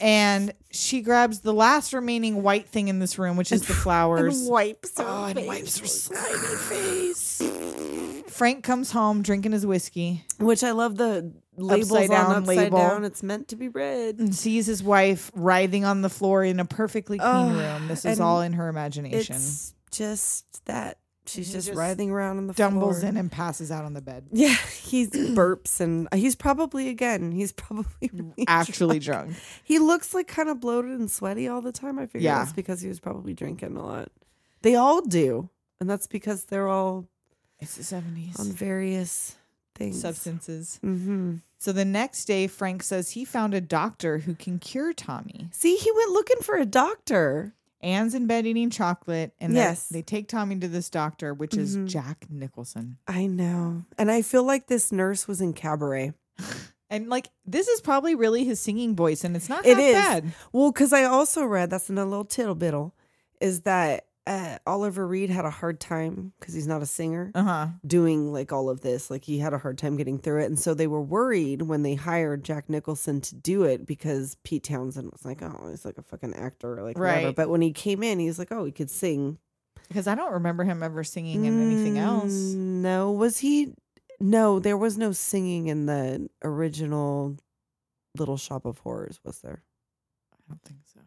D: and she grabs the last remaining white thing in this room, which is the flowers.
C: And wipes her
D: Oh, and
C: face.
D: wipes her slimy
C: (sighs)
D: face. (sighs) Frank comes home drinking his whiskey
C: Which I love the labels
D: Upside down
C: on upside
D: label.
C: down. It's meant to be read.
D: and sees his wife writhing on the floor in a perfectly clean
C: Ugh,
D: room. This is
C: and
D: all in her imagination.
C: It's just that she's
D: He
C: just,
D: just
C: writhing around on the
D: Stumbles
C: floor.
D: in and passes out on the bed.
C: Yeah, he (clears throat) burps and uh, he's probably again. (laughs) He's probably really
D: Actually drunk.
C: drunk. He looks like kind of bloated and sweaty all the time. I figure
D: Yeah.
C: that's because he was probably drinking a lot. They all do, and that's because they're all
D: It's the seventies.
C: on various things.
D: Substances.
C: Mm-hmm.
D: So the next day, Frank says he found a doctor who can cure Tommy.
C: See, he went looking for a doctor.
D: Anne's in bed eating chocolate, and they-
C: Yes.
D: they take Tommy to this doctor, which
C: Mhm.
D: is Jack Nicholson.
C: I know, and I feel like this nurse was in cabaret.
D: And like this is probably really his singing voice, and it's not
C: It
D: that
C: is.
D: bad.
C: Well, because I also read that's another little tittle biddle is that uh, Oliver Reed had a hard time because he's not a singer
D: Uh huh.
C: doing like all of this. Like he had a hard time getting through it. And so they were worried when they hired Jack Nicholson to do it because Pete Townsend was like, oh, he's like a fucking actor. Like, whatever.
D: Right.
C: But when he came in, he was like, oh, he could sing.
D: Because I don't remember him ever singing in anything
C: Mm,
D: else.
C: No. Was he? No, there was no singing in the original Little Shop of Horrors, was there?
D: I don't think so.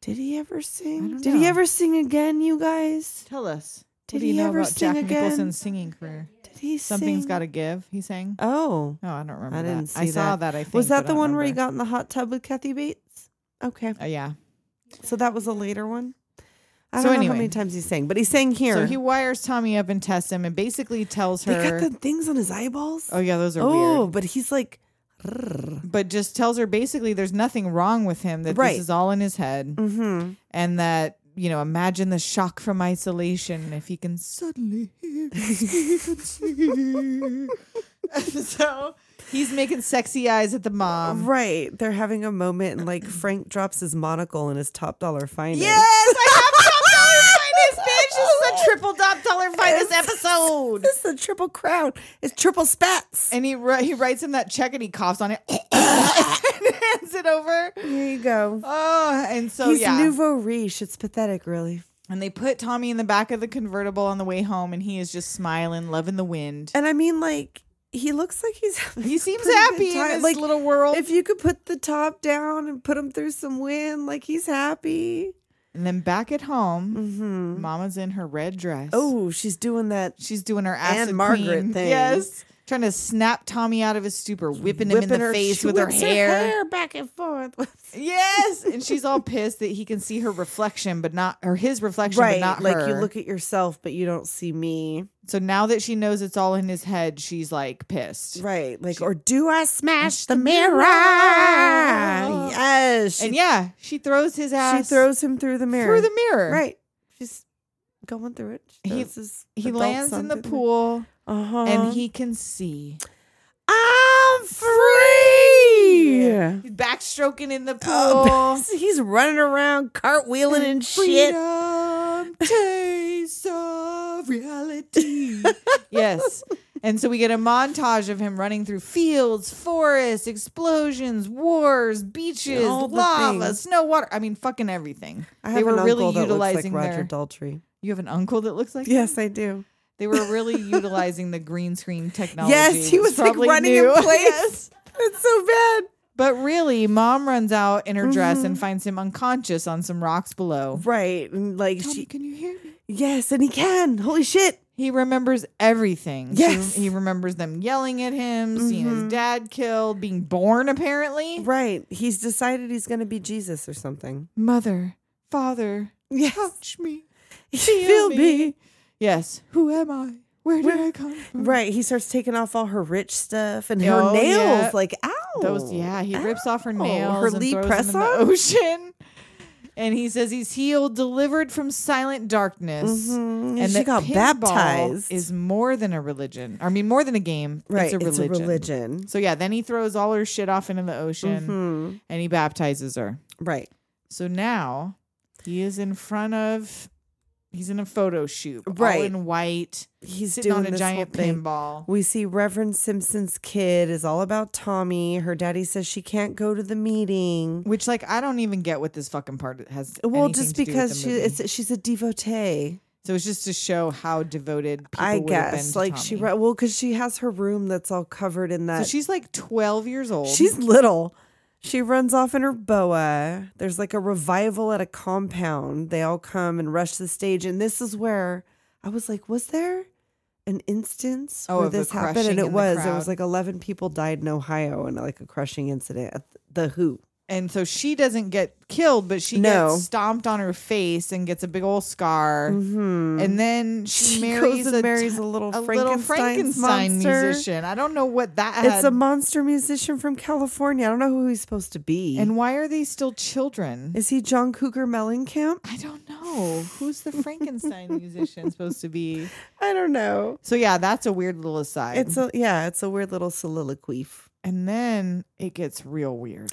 C: Did he ever sing?
D: don't
C: Did he
D: know.
C: ever sing again, you guys?
D: Tell us.
C: Did
D: what do you
C: he
D: know
C: ever
D: about
C: sing
D: Jack
C: again?
D: Nicholson's singing career?
C: Did he
D: Something's
C: sing?
D: got to give. He sang.
C: Oh.
D: Oh, I don't remember.
C: I didn't
D: that. I
C: see
D: saw that. I think
C: was that
D: but
C: the
D: I don't
C: one where he
D: remember.
C: got in the hot tub with Kathy Bates? Okay.
D: Oh, yeah.
C: So that was a later one. I don't
D: So
C: know how
D: anyway.
C: many times he sang, but he sang here.
D: So he wires Tommy up and tests him, and basically tells
C: they
D: her.
C: got the things on his eyeballs.
D: oh yeah, those are
C: Oh,
D: weird.
C: but he's like, mm-hmm.
D: But just tells her basically there's nothing wrong with him. That
C: Right. Mm.
D: this is all in his head,
C: mm-hmm.
D: (laughs) and that you know, imagine the shock from isolation if he can suddenly hear me speak and sing. (laughs) so he's making sexy eyes at the
C: (laughs)
D: mom.
C: right. They're having a moment, and like Frank drops his monocle and his top dollar finest.
D: Yes, I have top dollar finest bitch. This is a triple dot dollar fight this episode.
C: This is a triple crown. It's triple spats.
D: And he wri- he writes him that check and he coughs on it
C: (laughs)
D: (laughs) and hands it over.
C: Here you go.
D: Oh, and so
C: He's
D: yeah.
C: nouveau riche. It's pathetic, really.
D: and they put Tommy in the back of the convertible on the way home, and he is just smiling, loving the wind.
C: And I mean, like, he looks like he's (laughs) having
D: He
C: a
D: seems
C: pretty good
D: happy in
C: time.
D: his
C: Like,
D: little world.
C: if you could put the top down and put him through some wind, like he's happy.
D: and then back at home,
C: Mm-hmm.
D: Mama's in her red dress.
C: Oh, she's doing that.
D: she's doing her acid
C: Anne Margaret
D: queen.
C: thing.
D: Yes, trying to snap Tommy out of his stupor, whipping him in
C: whipping
D: the
C: her-
D: face
C: she
D: with her
C: whips
D: hair.
C: back and forth. (laughs)
D: Yes, and she's all pissed that he can see her reflection, but not or his reflection,
C: right,
D: but not
C: like
D: her.
C: you look at yourself, but you don't see me.
D: so now that she knows it's all in his head, she's like pissed.
C: Right, like or do I smash
D: (laughs)
C: the mirror? Yes, she,
D: And yeah, she throws his ass.
C: she throws him through the mirror.
D: through the mirror.
C: Right, she's going through it. She
D: He-
C: throws his
D: He
C: adult
D: lands
C: son
D: in the
C: through
D: pool,
C: Uh-huh.
D: and he can see.
C: I'm free.
D: He's backstroking in the pool.
C: (laughs)
D: (laughs)
C: Oh, he's running around cartwheeling and shit.
D: Freedom, taste
C: (laughs)
D: of reality. yes. And so we get a montage of him running through fields, forests, explosions, wars, beaches,
C: All the
D: lava,
C: things.
D: snow, water. I mean, fucking everything.
C: I
D: they
C: have
D: were
C: an
D: really
C: uncle that
D: utilizing
C: looks like
D: their.
C: Roger
D: (laughs)
C: Daltrey.
D: you have an uncle that looks like.
C: Yes, I do.
D: They were
C: (laughs)
D: really utilizing the green screen technology.
C: Yes, he
D: which
C: was, like,
D: probably
C: running in
D: new. (laughs)
C: place. It's so bad.
D: But really, mom runs out in her dress
C: Mm-hmm.
D: and finds him unconscious on some rocks below.
C: Right. And like she
D: can you hear me?
C: Yes, and he can. Holy shit.
D: He remembers everything. She-
C: Yes.
D: he remembers them yelling at him, seeing his dad killed, being born apparently.
C: Right. He's decided he's gonna be Jesus or something.
D: Mother, father,
C: Yes. (laughs)
D: touch me.
C: Feel me.
D: Yes. Who am I? Where did I come from?
C: Right. He starts taking off all her rich stuff and her
D: Oh,
C: nails.
D: yeah.
C: Like, ow.
D: Those, yeah, he rips off Oh, her
C: Ow.
D: nails,
C: Her
D: and
C: Lee
D: throws
C: press
D: them in
C: on?
D: the ocean. (laughs) And he says he's healed, delivered from silent darkness,
C: Mhm. And
D: and
C: she
D: that
C: got
D: pinball
C: baptized.
D: Is more than a religion. I mean, more than a game.
C: Right.
D: It's a religion. Mm-hmm.
C: religion.
D: So yeah, then he throws all her shit off into the ocean
C: Mhm.
D: and he baptizes her.
C: Mm-hmm. Right.
D: So now he is in front of he's in a photo shoot, all
C: Right.
D: in white,
C: He's
D: sitting
C: doing
D: on a
C: this
D: giant
C: whole thing.
D: pinball.
C: We see Reverend Simpson's kid is all about Tommy. Her daddy says she can't go to the meeting.
D: Which like I don't even get what this fucking part has.
C: Well,
D: anything
C: just
D: to do with
C: because
D: the
C: she
D: movie.
C: it's, she's a devotee,
D: so it's just to show how devoted people
C: I
D: would have been
C: guess.
D: to
C: Like she
D: Tommy.
C: re- well, because she has her room that's all covered in
D: So
C: that.
D: she's like twelve years old.
C: she's little. She runs off in her boa. There's like a revival at a compound. They all come and rush the stage, and this is where I was like, was there an instance
D: Oh,
C: where
D: of the
C: this happened?
D: crushing
C: And
D: in
C: it
D: the
C: was. It
D: crowd.
C: was like 11 people died in Ohio in like a crushing incident at the Who.
D: and so she doesn't get killed, but she
C: No.
D: gets stomped on her face and gets a big old scar.
C: Mm-hmm.
D: And then she,
C: She
D: marries
C: goes and
D: a,
C: marries
D: ti-
C: a little
D: little
C: Frankenstein's
D: Frankenstein
C: monster.
D: musician. I don't know what that.
C: It's
D: had-
C: a monster musician from California. I don't know who he's supposed to be.
D: and why are they still children?
C: is he John Cougar Mellencamp?
D: I don't know. Who's the
C: (laughs)
D: Frankenstein musician supposed to be?
C: I don't know.
D: So yeah, that's a weird little aside.
C: It's a yeah, it's a weird little soliloquy.
D: and then it gets real weird.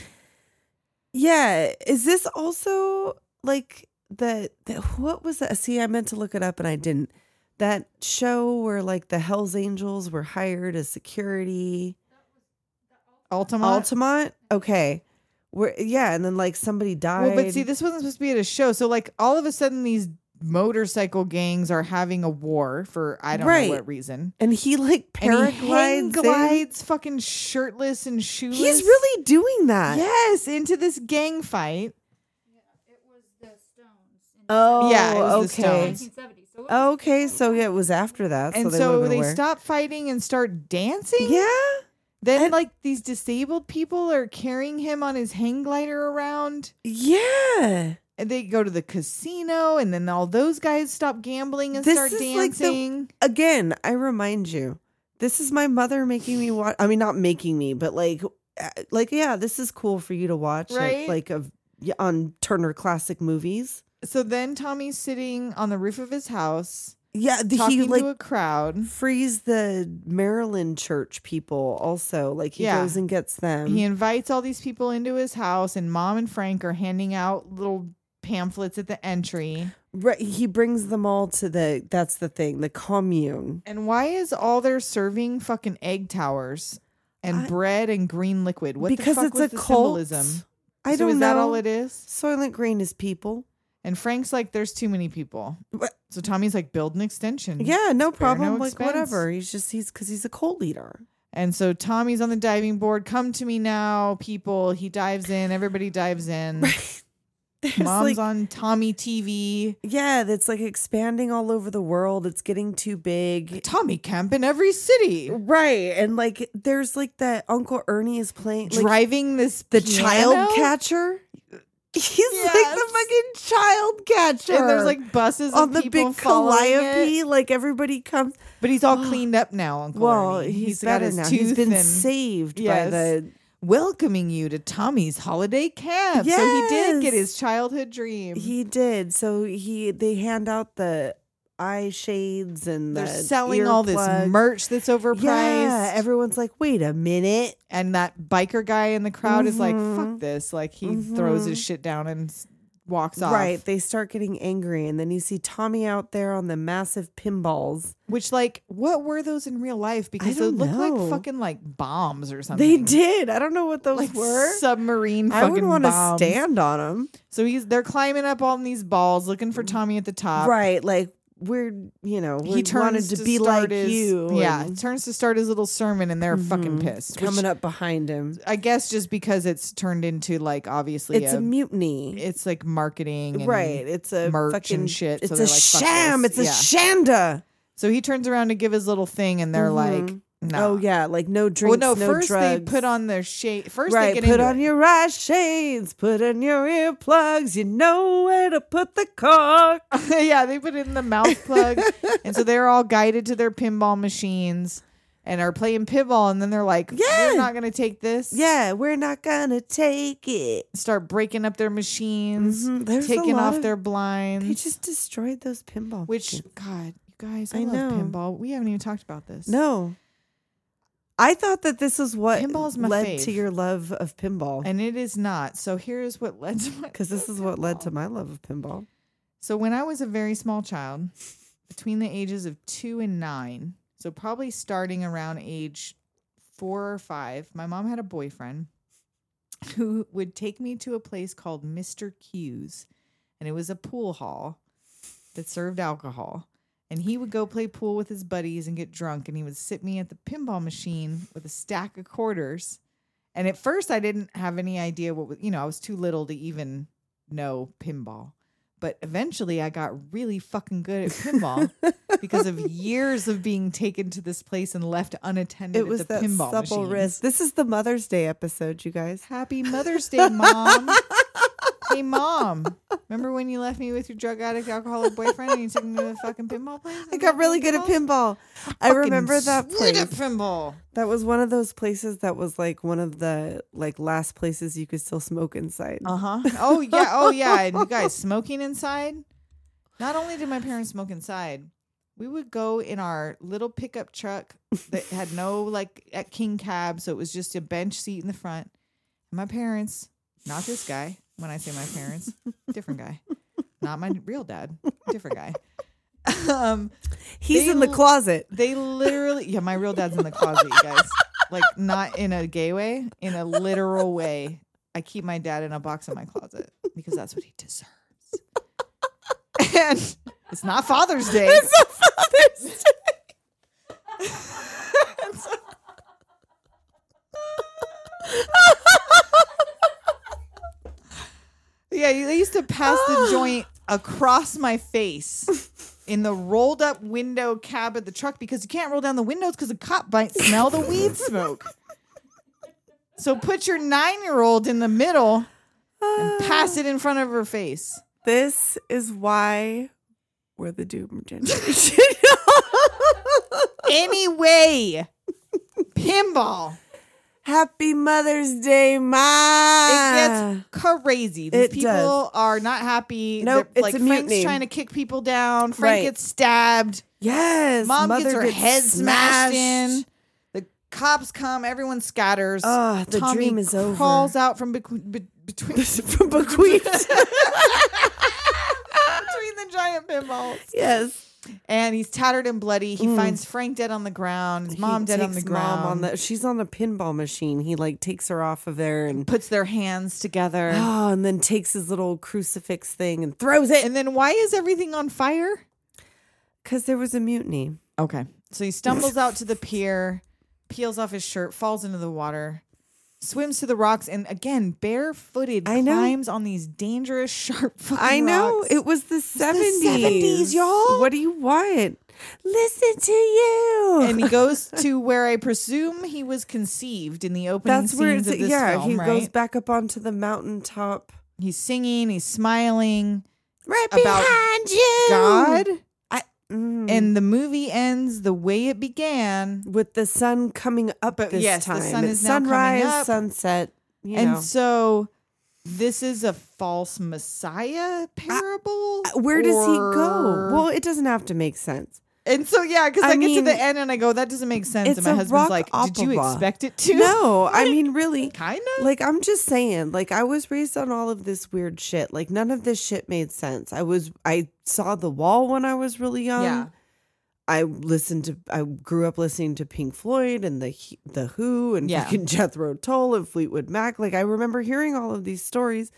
C: Yeah, is this also like the, the what was that? See, I meant to look it up and I didn't. That show where like the Hell's Angels were hired as security.
D: Altamont.
C: Altamont. Okay. Where yeah, and then like somebody died.
D: Well, but see, this wasn't supposed to be at a show. So like all of a sudden, these motorcycle gangs are having a war for I don't
C: Right.
D: know what reason.
C: and he like
D: And he hang
C: paraglides. in.
D: glides, fucking shirtless and shoeless.
C: He's really doing that.
D: yes into this gang fight.
C: Oh,
D: Yeah, it was the
C: okay.
D: Stones.
C: Okay, so yeah, it was after that,
D: and
C: so they,
D: so
C: would've been
D: they
C: aware.
D: stop fighting and start dancing.
C: Yeah,
D: Then
C: and-
D: like these disabled people are carrying him on his hang glider around.
C: yeah.
D: And they go to the casino, and then all those guys stop gambling and
C: This
D: start
C: is like the-
D: dancing.
C: Again, I remind you, this is my mother making me watch. I mean, not making me, but like, uh, like yeah, this is cool for you to watch, at,
D: Right?
C: like of yeah, on Turner Classic Movies.
D: so then Tommy's sitting on the roof of his house,
C: Yeah, the,
D: talking
C: he like
D: to a crowd.
C: frees the Maryland church people. Also, like he
D: Yeah.
C: goes and gets them.
D: He invites all these people into his house, and Mom and Frank are handing out little pamphlets at the entry.
C: Right, he brings them all to the. That's the thing. The commune.
D: And why is all they're serving fucking egg towers and
C: I-
D: bread and green liquid? What
C: because
D: the fuck
C: it's
D: was
C: a
D: the
C: cult.
D: symbolism?
C: I
D: so
C: don't
D: is
C: know.
D: that all it is?
C: Soylent Green is people.
D: And Frank's like, there's too many people.
C: What?
D: So Tommy's like, build an extension.
C: Yeah, no
D: Spare Mm, no
C: problem. like
D: expense.
C: whatever. He's just he's because he's a cult leader.
D: And so Tommy's on the diving board. Come to me now, people. He dives in. Everybody
C: (laughs)
D: dives in.
C: There's like,
D: Mom's on Tommy TV.
C: yeah, that's like expanding all over the world. It's getting too big.
D: Tommy Camp in every city.
C: Right, and like there's like that Uncle Ernie is playing like,
D: Driving this
C: the
D: piano?
C: child catcher. (laughs) He's like
D: Yes.
C: the fucking child catcher.
D: And there's like buses
C: on
D: of
C: the
D: people
C: big
D: following it.
C: calliope, like everybody comes. (gasps)
D: But he's all cleaned up now, Uncle.
C: Well,
D: Ernie.
C: he's,
D: got
C: better
D: his
C: now.
D: tooth
C: He's been
D: and
C: saved by
D: Yes.
C: the
D: welcoming you to Tommy's holiday camp. So he did get
C: Yes.
D: his childhood dream.
C: He did. So he they hand out the eye shades and
D: They're
C: the
D: selling all this
C: earplugs.
D: merch that's overpriced.
C: Yeah, everyone's like, wait a minute.
D: and that biker guy in the crowd is like,
C: Mhm.
D: fuck this. Like he throws his
C: Mhm.
D: shit down and s- walks off.
C: Right. They start getting angry, and then you see Tommy out there on the massive pinballs.
D: Which like, what were those in real life? Because they
C: don't
D: look
C: know.
D: like fucking like bombs or something.
C: They did. I don't know what those
D: Um, Like
C: were.
D: submarine
C: I
D: fucking
C: would want to
D: bombs.
C: stand on them.
D: So he's they're climbing up on these balls looking
C: Mm.
D: for Tommy at the top.
C: Right. Like we're you know we
D: he
C: wanted
D: turns
C: to,
D: to,
C: be
D: start
C: like
D: his,
C: you.
D: Yeah,
C: and Mm-hmm.
D: turns to start his little sermon, and they're fucking pissed.
C: coming
D: which
C: up behind him.
D: I guess just because it's turned into like obviously
C: It's a mutiny.
D: it's like marketing, and-
C: right. It's a
D: merch and
C: fucking
D: shit, so
C: It's
D: they're
C: a
D: like, "Fuck
C: sham.
D: this."
C: It's a shanda.
D: So he turns around to give his little thing, and they're like,
C: Mhm.
D: "No,
C: Oh yeah, like no drinks,
D: well, no,
C: no
D: first
C: drugs.
D: they put on their shade. First
C: right,
D: they get
C: put
D: into
C: on
D: it.
C: your eye shades, put on your earplugs. You know where to put the cork.
D: (laughs) yeah, they put in the mouth plug, and so they're all guided to their pinball machines and are playing pinball, and then they're like,
C: Yeah.
D: we're not gonna take this."
C: (laughs) Yeah, we're not gonna take it.
D: start breaking up their machines,
C: Mhm, there's a
D: taking
C: lot
D: off
C: of-
D: their
C: They
D: blinds.
C: just destroyed those pinball.
D: Which
C: machines.
D: God, you guys, I,
C: Oh, I
D: love
C: know.
D: pinball. We haven't even talked about this.
C: no, I thought that this was what
D: Pinball's my
C: led
D: fave.
C: to your love of pinball,
D: and it is not. So here's what led to my.
C: because this is what led to my love of pinball.
D: So when I was a very small child, between the ages of two and nine, so probably starting around age four or five, my mom had a boyfriend (laughs) who would take me to a place called Mr. Q's, and it was a pool hall that served alcohol. And he would go play pool with his buddies and get drunk, and he would sit me at the pinball machine with a stack of quarters. And at first, I didn't have any idea what was, you know, I was too little to even know pinball. But eventually, I got really fucking good at pinball
C: (laughs)
D: because of years of being taken to this place and left unattended.
C: It was
D: at the
C: that
D: pinball
C: supple
D: machine.
C: wrist. This is the Mother's Day episode, you guys.
D: Happy Mother's Day,
C: (laughs)
D: Mom. hey, Mom. Remember when you left me with your drug addict, alcoholic boyfriend, and you took me to the fucking pinball place?
C: I got really good at pinball. I remember that
D: Really
C: place.
D: good pinball.
C: That was one of those places that was like one of the like last places you could still smoke inside.
D: Uh huh. Oh yeah. Oh yeah. And you guys smoking inside? Not only did my parents smoke inside, we would go in our little pickup truck that had no like at King Cab, so it was just a bench seat in the front. And my parents, not this guy. When I say my parents, different guy, not my real dad, different guy. (laughs) Um,
C: He's
D: They
C: in the
D: l- (laughs)
C: closet.
D: they literally, yeah, my real dad's in the closet, you guys. Like, not in a gay way, in a literal way. I keep my dad in a box in my closet because that's what he deserves. And it's not Father's Day.
C: (laughs)
D: Yeah, they used to pass the joint across my face in the rolled up window cab of the truck because you can't roll down the windows because the cop might smell the weed smoke. So put your nine year old in the middle and pass it in front of her face.
C: This is why we're the doom
D: (laughs)
C: generation.
D: Anyway, pinball.
C: Happy Mother's Day, Ma.
D: It gets crazy. These
C: Ah. It
D: people
C: does.
D: are not happy.
C: Nope,
D: They're-
C: it's
D: like
C: a
D: Frank's
C: mutiny.
D: trying to kick people down. Frank
C: Right.
D: gets stabbed.
C: yes.
D: Mom
C: mother
D: gets her head
C: (laughs)
D: smashed. in. The cops come. Everyone scatters.
C: Ah, the
D: Tommy
C: dream is over.
D: crawls out from
C: (laughs)
D: bequ- be- between (laughs)
C: From bequeath.
D: between the giant pinballs.
C: (laughs) Yes.
D: And he's tattered and bloody. He finds Frank dead on the ground, his mom
C: Mm. He
D: dead on the
C: takes
D: ground.
C: Mom on the, she's on the pinball machine. He like takes her off of there and
D: puts their hands together.
C: oh, (gasps) and then takes his little crucifix thing and throws it
D: and then why is everything on fire?
C: because there was a mutiny.
D: Okay. So he stumbles out to the pier, peels off his shirt, falls into the water, swims to the rocks, and again, barefooted
C: I know.
D: climbs on these dangerous, (laughs) sharp fucking
C: I know
D: rocks.
C: it (laughs) was the seventies.
D: 70s, y'all.
C: What do you want? Listen to you.
D: and he goes to where I presume he was conceived in the opening
C: that's
D: scenes
C: where it's
D: of this
C: yeah.
D: film,
C: he
D: right?
C: goes back up onto the mountaintop.
D: He's singing, he's smiling
C: Right
D: About
C: behind you,
D: God,
C: I, mm,
D: and the movie ends the way it began.
C: with the sun coming up
D: But
C: this
D: yes, the
C: time.
D: sun
C: It's
D: is now coming
C: sunrise,
D: up.
C: sunset. You
D: and
C: know.
D: so this is a false messiah parable.
C: Where does he go?
D: or-
C: Well, it doesn't have to make sense.
D: and so yeah, because I,
C: I
D: get to
C: mean,
D: the end and I go, that doesn't make sense.
C: it's
D: And my
C: a
D: husband's
C: rock
D: like, did you
C: opera.
D: expect it to? (laughs)
C: No, I mean really.
D: kind of.
C: Like I'm just saying, like I was raised on all of this weird shit. Like none of this shit made sense. I was I saw The Wall when I was really young.
D: yeah,
C: I listened to I grew up listening to Pink Floyd and the He- the Who and
D: Yeah.
C: fucking (laughs) Jethro Tull and Fleetwood Mac. Like I remember hearing all of these stories.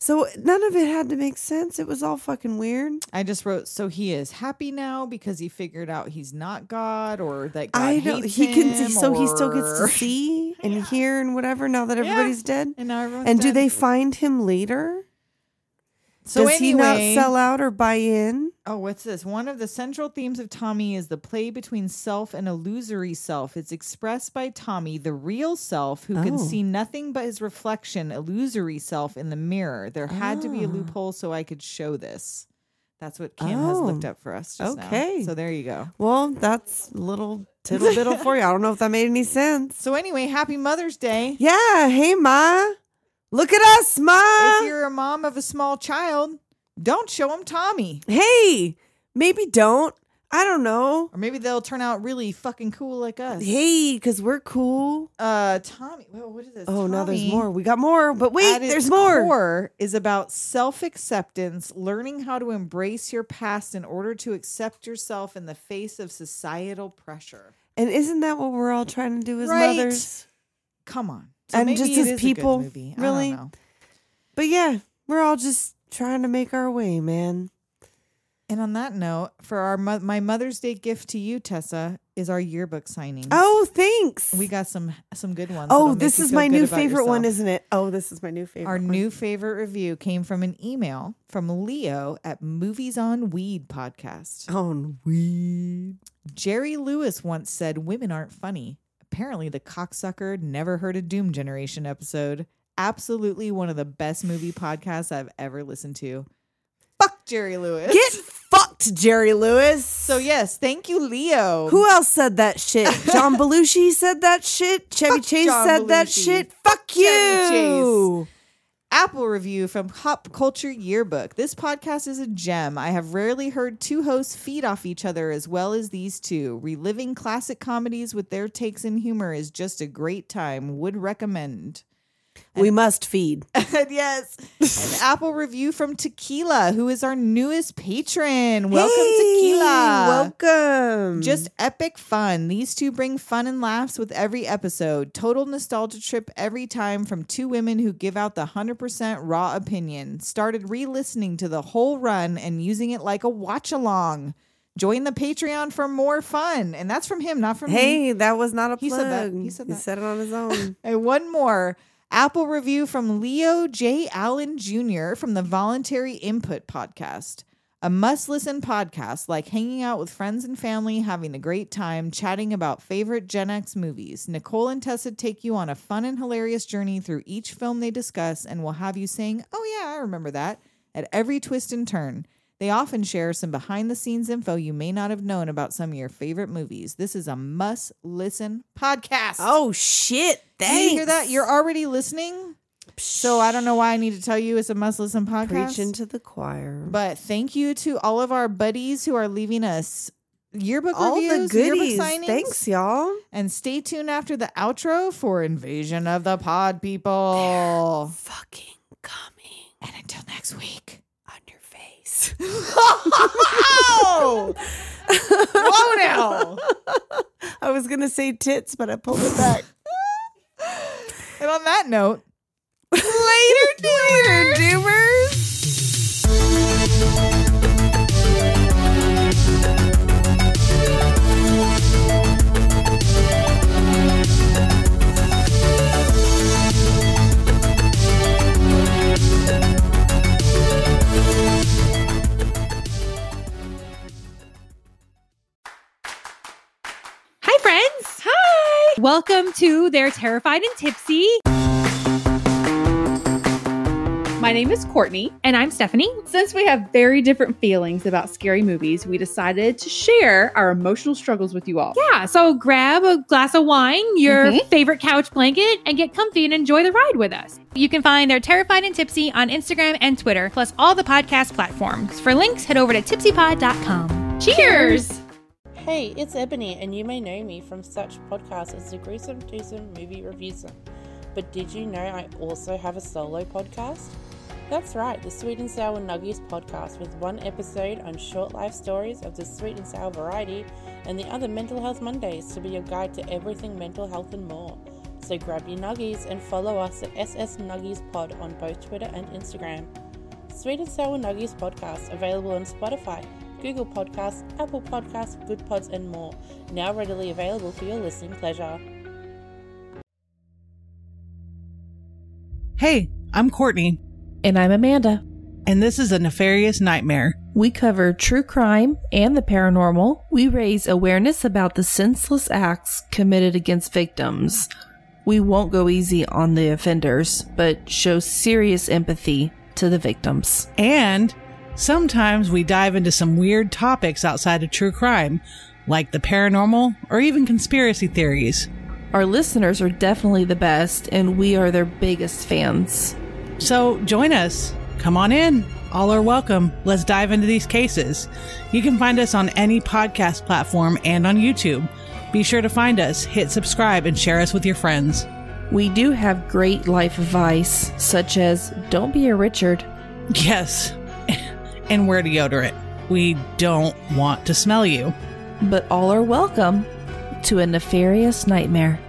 C: So none of it had to make sense. It was all fucking weird.
D: I just wrote. So he is happy now because he figured out he's not God, or that God
C: I don't
D: hates
C: he can
D: him,
C: so he still gets to
D: or- (laughs)
C: see and hear and whatever now that everybody's dead.
D: And now everyone's
C: And do
D: dead.
C: they find him later?
D: So
C: Does
D: anyway,
C: he not sell out or buy in?
D: Oh, what's this? One of the central themes of Tommy is the play between self and illusory self. It's expressed by Tommy, the real self, who can
C: Oh.
D: see nothing but his reflection, illusory self, in the mirror. There had to be a
C: Ah.
D: loophole so I could show this. That's what Kim has
C: Oh.
D: looked up for us. Just now.
C: Okay.
D: So there you go.
C: Well, that's a little tittle biddle for you. I don't know if that made any sense.
D: So anyway, happy Mother's Day.
C: Yeah. Hey, Ma. Look at us,
D: If
C: Ma.
D: you're a mom of a small child, don't show them Tommy.
C: Hey, maybe don't. I don't know.
D: Or maybe they'll turn out really fucking cool like us.
C: Hey, because we're cool.
D: Uh, Tommy. Whoa, what is this?
C: Oh, no, there's
D: Tommy.
C: more. We got more. But wait,
D: at its
C: there's more.
D: core is about self-acceptance, learning how to embrace your past in order to accept yourself in the face of societal pressure.
C: And isn't that what we're all trying to do as
D: Right.
C: mothers?
D: Come on. So
C: And
D: maybe
C: just as
D: it is a good
C: people,
D: movie. I don't
C: really?
D: know.
C: But yeah, we're all just trying to make our way, man.
D: And on that note, for our mo- my Mother's Day gift to you, Tessa, is our yearbook signing.
C: Oh, thanks.
D: Mm-hmm. we got some some good ones. that'll
C: oh,
D: make
C: this
D: you
C: is
D: feel
C: my
D: good
C: new
D: about
C: favorite one,
D: yourself.
C: isn't it? Oh, this is my new favorite.
D: Our
C: one.
D: new favorite review came from an email from Leo at Movies on Weed podcast.
C: on weed.
D: Jerry Lewis once said women aren't funny. Apparently, the cocksucker never heard a Doom Generation episode. Absolutely one of the best movie podcasts I've ever listened to. Fuck Jerry Lewis.
C: Get fucked, Jerry Lewis.
D: so, yes, thank you, Leo.
C: Who else said that
D: (laughs)
C: shit? John Belushi said that shit. Chevy
D: Fuck
C: Chase
D: John
C: said that
D: Belushi.
C: shit. Fuck
D: Chevy
C: you.
D: Apple review from Pop Culture Yearbook. This podcast is a gem. I have rarely heard two hosts feed off each other as well as these two. Reliving classic comedies with their takes and humor is just a great time. Would recommend. (laughs)
C: We must feed.
D: And yes, an Apple review from Tequila, who is our newest patron. Welcome, Tequila.
C: Welcome.
D: Just epic fun. These two bring fun and laughs with every episode. Total nostalgia trip every time from two women who give out the 100% raw opinion. Started re listening to the whole run and using it like a watch along. Join the Patreon for more fun. And that's from him, not from me.
C: hey, that was not a plug.
D: He said that. He said that.
C: He said it on his
D: (laughs)
C: own.
D: And one more Apple review from Leo J. Allen Jr. from the Voluntary Input Podcast. A must listen podcast like hanging out with friends and family, having a great time, chatting about favorite Gen X movies. Nicole and Tessa take you on a fun and hilarious journey through each film they discuss and will have you saying, Oh, yeah, I remember that, at every twist and turn. They often share some behind the scenes info you may not have known about some of your favorite movies. This is a must listen podcast.
C: oh shit.
D: Do
C: Thanks.
D: You hear that? You're already listening. So I don't know why I need to tell you it's a must listen podcast.
C: preaching to the choir.
D: But thank you to all of our buddies who are leaving us yearbook
C: all
D: reviews,
C: the goodies.
D: yearbook signings.
C: Thanks, y'all.
D: And stay tuned after the outro for Invasion of the Pod People.
C: Fucking coming
D: And until next week.
C: on your face.
D: (laughs)
C: (laughs)
D: Whoa! Whoa now!
C: I was gonna say tits, but I pulled it back.
D: (laughs) And on that note, later,
C: (laughs)
D: later, doomers.
E: Hi, friends. Hi. Welcome to They're Terrified and Tipsy. My name is Courtney.
F: And I'm Stephanie.
E: Since we have very different feelings about scary movies, we decided to share our emotional struggles with you all. Mm-hmm.
F: Yeah, so grab a glass of wine, your favorite couch blanket, and get comfy and enjoy the ride with us. You can find They're Terrified and Tipsy on Instagram and Twitter, plus all the podcast platforms. For links, head over to tipsypod.com. Cheers!
G: Hey, it's Ebony, and you may know me from such podcasts as the Gruesome Twosome Movie Reviewsome. But did you know I also have a solo podcast? That's right, the Sweet and Sour Nuggies podcast, with one episode on short life stories of the sweet and sour variety, and the other Mental Health Mondays to be your guide to everything mental health and more. So grab your nuggies and follow us at SS Nuggies Pod on both Twitter and Instagram. Sweet and Sour Nuggies podcast available on Spotify, Google Podcasts, Apple Podcasts, Good Pods, and more. Now readily available for your listening pleasure.
H: Hey, I'm Courtney,
I: And I'm Amanda.
H: and this is a nefarious nightmare.
I: We cover true crime and the paranormal. We raise awareness about the senseless acts committed against victims. We won't go easy on the offenders, but show serious empathy to the victims.
H: And sometimes we dive into some weird topics outside of true crime, like the paranormal or even conspiracy theories.
I: Our listeners are definitely the best, and we are their biggest fans.
H: So join us. Come on in. All are welcome. Let's dive into these cases. You can find us on any podcast platform and on YouTube. Be sure to find us, hit subscribe, and share us with your friends. (laughs)
I: We do have great life advice, such as don't be a Richard.
H: Yes, (laughs) and wear deodorant. We don't want to smell you.
I: but all are welcome to a nefarious nightmare.